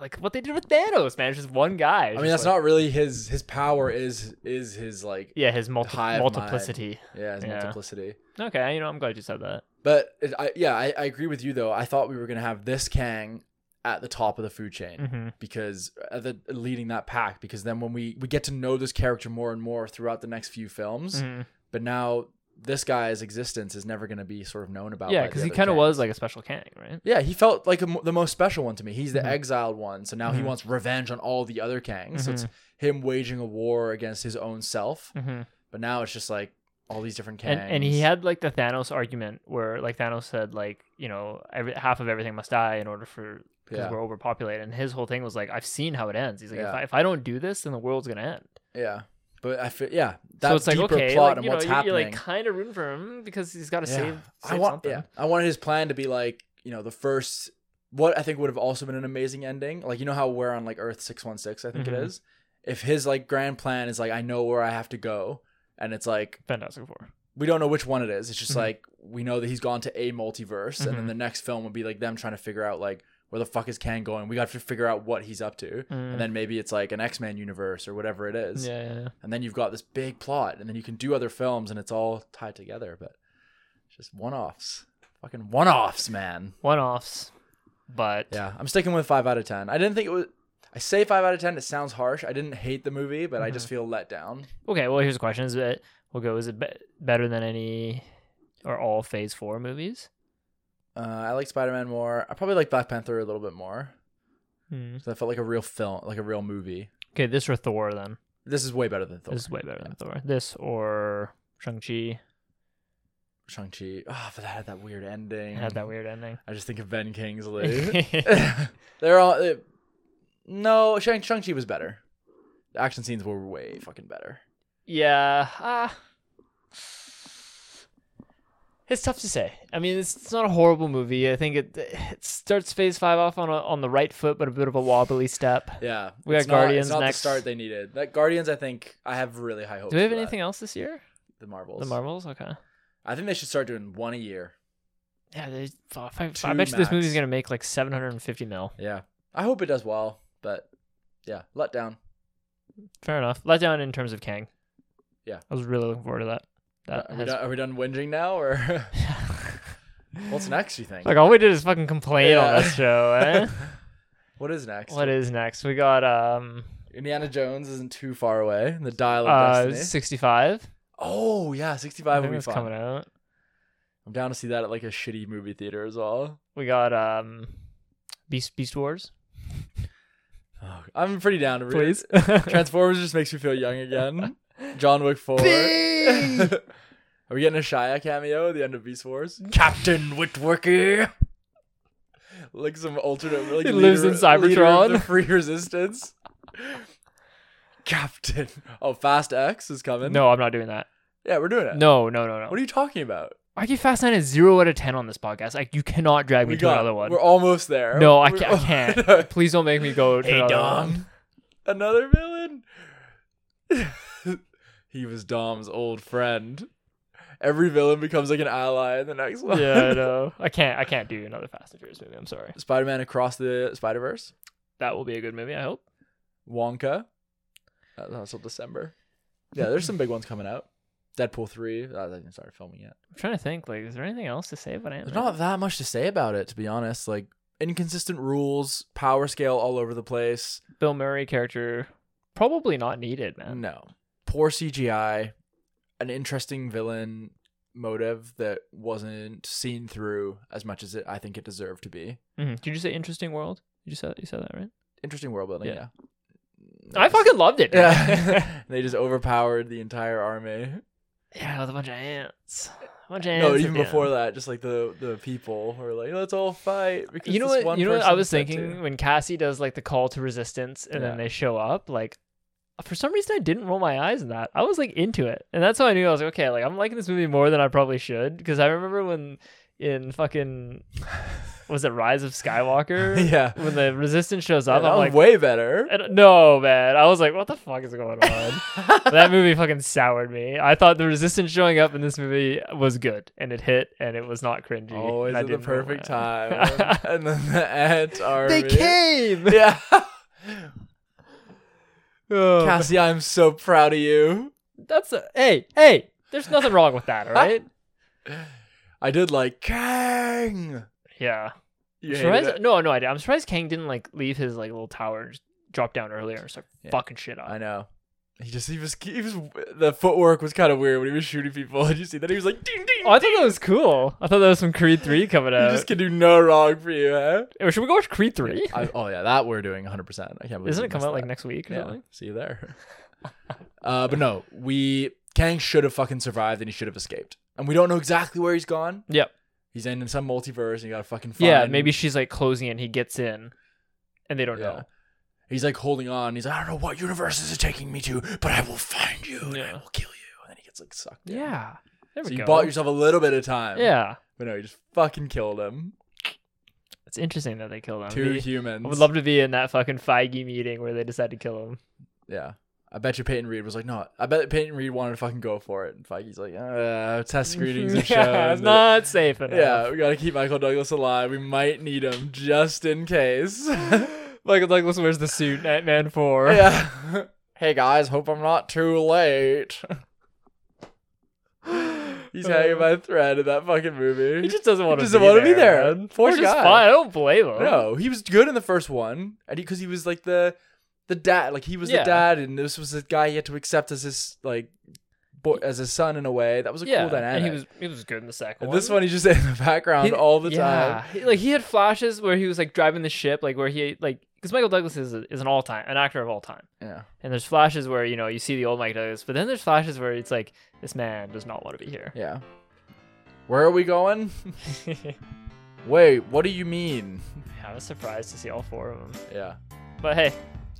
S2: Like what they did with Thanos, man, it's just one guy.
S1: I mean, that's not really his his power is is his like yeah,
S2: Yeah, his multi-
S1: hive mind.
S2: multiplicity.
S1: his
S2: Yeah.
S1: multiplicity.
S2: Okay, you know, I'm glad you said that.
S1: But it, I, yeah, I, I agree with you though. I thought we were going to have this Kang at the top of the food chain
S2: Mm-hmm.
S1: because uh, the leading that pack because then when we we get to know this character more and more throughout the next few films,
S2: Mm. mm-hmm.
S1: but now this guy's existence is never going to be sort of known about.
S2: Yeah,
S1: because
S2: because he kind of was like a special Kang, right?
S1: Yeah, he felt like a mo the most special one to me. He's the
S2: Mhm.
S1: exiled one, so now he
S2: Mhm.
S1: wants revenge on all the other Kangs. So it's him waging a war against his own self,
S2: Mm-hmm.
S1: But now it's just like all these different Kangs.
S2: And, and he had like the Thanos argument where like Thanos said like you know every, half of everything must die in order for because
S1: yeah,
S2: we're overpopulated and his whole thing was like I've seen how it ends he's like
S1: Yeah.
S2: if, I, if I don't do this then the world's gonna end
S1: yeah. But I feel yeah, that
S2: so it's like
S1: deeper
S2: okay
S1: plot
S2: like,
S1: and
S2: you know
S1: what's
S2: you're,
S1: happening.
S2: you're like kind of rooting for him because he's got to
S1: Yeah.
S2: save,
S1: I
S2: save
S1: want
S2: something
S1: yeah. I wanted his plan to be like, you know, the first what I think would have also been an amazing ending. Like you know how we're on like Earth 616, I think it
S2: Mhm.
S1: is. If his like grand plan is like I know where I have to go and it's like
S2: Fantastic Four
S1: we don't know which one it is. It's just
S2: Mhm.
S1: like we know that he's gone to a multiverse and then
S2: Mhm.
S1: the next film would be like them trying to figure out like where the fuck is Kang going? We got to figure out what he's up to.
S2: Mm.
S1: And then maybe it's like an X-Men universe or whatever it is.
S2: yeah, yeah, yeah.
S1: And then you've got this big plot and then you can do other films and it's all tied together, but it's just one-offs. Fucking one-offs, man.
S2: one offs but
S1: Yeah, I'm sticking with five out of ten. I didn't think it was. I say five out of ten. It sounds harsh. I didn't hate the movie, but I just
S2: Mm-hmm.
S1: feel let down.
S2: okay well here's a question is it we'll go is it be- better than any or all Phase Four movies
S1: Uh, I like Spider-Man more. I probably like Black Panther a little bit more.
S2: Hmm.
S1: 'cause I felt like a real film, like a real movie.
S2: okay this or Thor then
S1: This is way better than Thor.
S2: this is way better than Thor this or Shang Chi
S1: Shang Chi. Oh, but that had that weird ending.
S2: had that weird ending.
S1: I just think of Ben Kingsley. They're all. It, no, Shang Shang Chi was better. The action scenes were way fucking better.
S2: yeah. Uh, it's tough to say. I mean, it's, it's not a horrible movie. I think it it starts Phase Five off on a, on the right foot, but a bit of a wobbly step.
S1: Yeah,
S2: We got
S1: it's not-
S2: Guardians
S1: it's not
S2: next.
S1: The start they needed. That Guardians, I think, I have really high hopes.
S2: Do we have
S1: for that.
S2: anything else this year?
S1: The Marvels.
S2: The Marvels, okay.
S1: I think they should start doing one a year.
S2: Yeah, they, fuck, I,
S1: Two
S2: I bet you this movie's
S1: max.
S2: gonna make like seven hundred and fifty mil.
S1: Yeah. I hope it does well, but yeah, let down.
S2: Fair enough. Let down in terms of Kang.
S1: Yeah.
S2: I was really looking forward to that. That
S1: are, we
S2: has-
S1: done, are we done whinging now, or what's next? You think?
S2: like all we did is fucking complain
S1: Yeah.
S2: on this show. Eh?
S1: what is next?
S2: what is next? We got um
S1: Indiana Jones isn't too far away. The Dial of
S2: uh
S1: Destiny.
S2: 65
S1: oh yeah,
S2: I
S1: sixty-five
S2: think
S1: will be
S2: it's
S1: fun.
S2: coming out
S1: I'm down to see that at like a shitty movie theater as well.
S2: we got um beast beast wars
S1: Oh, I'm pretty down to read.
S2: please
S1: Transformers just makes me feel young again. John Wick Four.
S2: Bing!
S1: Are we getting a Shia cameo at the end of Beast Wars? Captain Whitworker. Like some alternate. Like
S2: He lives in Cybertron.
S1: leader of the free Resistance. Captain. Oh, Fast X is coming.
S2: no i'm not doing that
S1: Yeah, we're doing it.
S2: no no no no
S1: What are you talking about?
S2: i give fast 9 a 0 out of 10 on this podcast like you cannot drag me to another one
S1: We're almost there.
S2: no i
S1: We're-
S2: can't, I can't. please don't make me go to
S1: Hey,
S2: another
S1: Dom.
S2: one.
S1: Another villain. he was Dom's old friend. Every villain becomes like an ally in the next one.
S2: yeah i know i can't i can't do another fast and furious movie i'm sorry
S1: Spider-Man across the Spider-Verse.
S2: that will be a good movie i hope
S1: Wonka. That- That's until December. Yeah, there's some big ones coming out. Deadpool three. Uh, they didn't start filming yet.
S2: i'm trying to think like is there anything else to say about it
S1: There's not that much to say about it, to be honest. Like inconsistent rules, power scale all over the place.
S2: bill murray character probably not needed man
S1: No, poor CGI, an interesting villain motive that wasn't seen through as much as it I think it deserved to be.
S2: Mhm. Did you say interesting world? Did you say you said that right?
S1: Interesting world building. Yeah,
S2: Yeah. I fucking loved it. dude.
S1: Yeah, they just overpowered the entire army.
S2: yeah, with a bunch of ants. A bunch of ants.
S1: No,
S2: at
S1: even
S2: the
S1: before
S2: end.
S1: that, just like the the people were like, let's all fight. Because
S2: You know
S1: this
S2: what?
S1: one
S2: You know what I
S1: person
S2: was
S1: said to."
S2: thinking when Cassie does like the call to resistance and
S1: Yeah.
S2: then they show up. Like, for some reason, I didn't roll my eyes in that. I was like into it, and that's how I knew I was like, okay. Like, I'm liking this movie more than I probably should because I remember when in fucking was it Rise of Skywalker
S1: yeah,
S2: when the resistance shows
S1: Yeah,
S2: up.
S1: that
S2: I'm
S1: was
S2: like,
S1: way better.
S2: I don't- no, man. I was like, what the fuck is going on? that movie fucking soured me. I thought the resistance showing up in this movie was good, and it hit, and it was not cringy.
S1: Always
S2: and I
S1: at the
S2: didn't roll
S1: perfect
S2: my
S1: time,
S2: eyes.
S1: and then the ant army.
S2: came.
S1: Yeah,
S2: Oh,
S1: Cassie, I'm so proud of you.
S2: that's a hey hey. There's nothing wrong with that, all right?
S1: I did like Kang.
S2: yeah.
S1: You hated
S2: Surprised-
S1: it.
S2: no, no, I did. I'm surprised Kang didn't like leave his like little tower and just drop down earlier and start
S1: Yeah.
S2: fucking shit up.
S1: I know. He just he was he was the footwork was kind of weird when he was shooting people. Did you see that? He was like ding ding.
S2: Oh, I thought that was cool. I thought that was some Creed 3 coming
S1: You
S2: out.
S1: just can do no wrong for you, huh?
S2: Or Should we go watch Creed 3?
S1: I, oh yeah, that we're doing 100. percent I can't believe.
S2: Isn't
S1: we
S2: it come
S1: missed
S2: out like
S1: that.
S2: next week or
S1: Yeah,
S2: something?
S1: see you there. uh, but no, we Kang should have fucking survived and he should have escaped. And we don't know exactly where he's gone.
S2: Yep.
S1: He's in some multiverse and you gotta fucking find
S2: Yeah, maybe she's like closing and he gets in and they don't
S1: Yeah.
S2: know.
S1: He's like holding on. He's like, I don't know what universe this is taking me to, but I will find you and I
S2: Yeah.
S1: will kill you. And then he gets like sucked in.
S2: Yeah. There
S1: So
S2: we
S1: you
S2: go.
S1: bought yourself a little bit of time.
S2: yeah.
S1: But no, you just fucking killed him.
S2: It's interesting that they killed him.
S1: Two
S2: He-
S1: humans.
S2: I would love to be in that fucking Feige meeting where they decide to kill him.
S1: yeah. I bet you Peyton Reed was like, no, I bet Peyton Reed wanted to fucking go for it. And Feige's like, uh, test screenings and shows.
S2: yeah, it's not safe enough.
S1: Yeah, we gotta keep Michael Douglas alive. We might need him just in case.
S2: Michael Douglas wears the suit in Ant Man 4.
S1: yeah. hey guys, hope I'm not too late. He's hanging by a thread in that fucking movie.
S2: Uh. He just doesn't want to
S1: doesn't wanna be there.
S2: man.
S1: Poor
S2: Which is
S1: guy.
S2: fine. I don't blame him.
S1: no, he was good in the first one, and because he, was like the the dad, like he was
S2: Yeah.
S1: the dad, and this was the guy he had to accept as his like boy, as his son in a way. That was a
S2: yeah,
S1: cool dynamic.
S2: and he was he was good in the second
S1: And
S2: one.
S1: this one, he's just in the background
S2: He-
S1: all the time.
S2: yeah. He- Like he had flashes where he was like driving the ship, like where he like because Michael Douglas is is an all time an actor of all time.
S1: Yeah,
S2: And there's flashes where you know you see the old Michael Douglas, but then there's flashes where it's like this man does not want to be here.
S1: yeah. Where are we going? Wait, what do you mean?
S2: I was surprised to see all four of them.
S1: Yeah,
S2: But hey,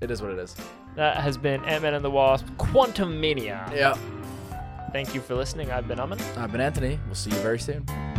S1: it is what it is.
S2: that has been Ant Man and the Wasp: Quantum Mania.
S1: Yeah.
S2: Thank you for listening. I've been Amin.
S1: I've been Anthony. We'll see you very soon.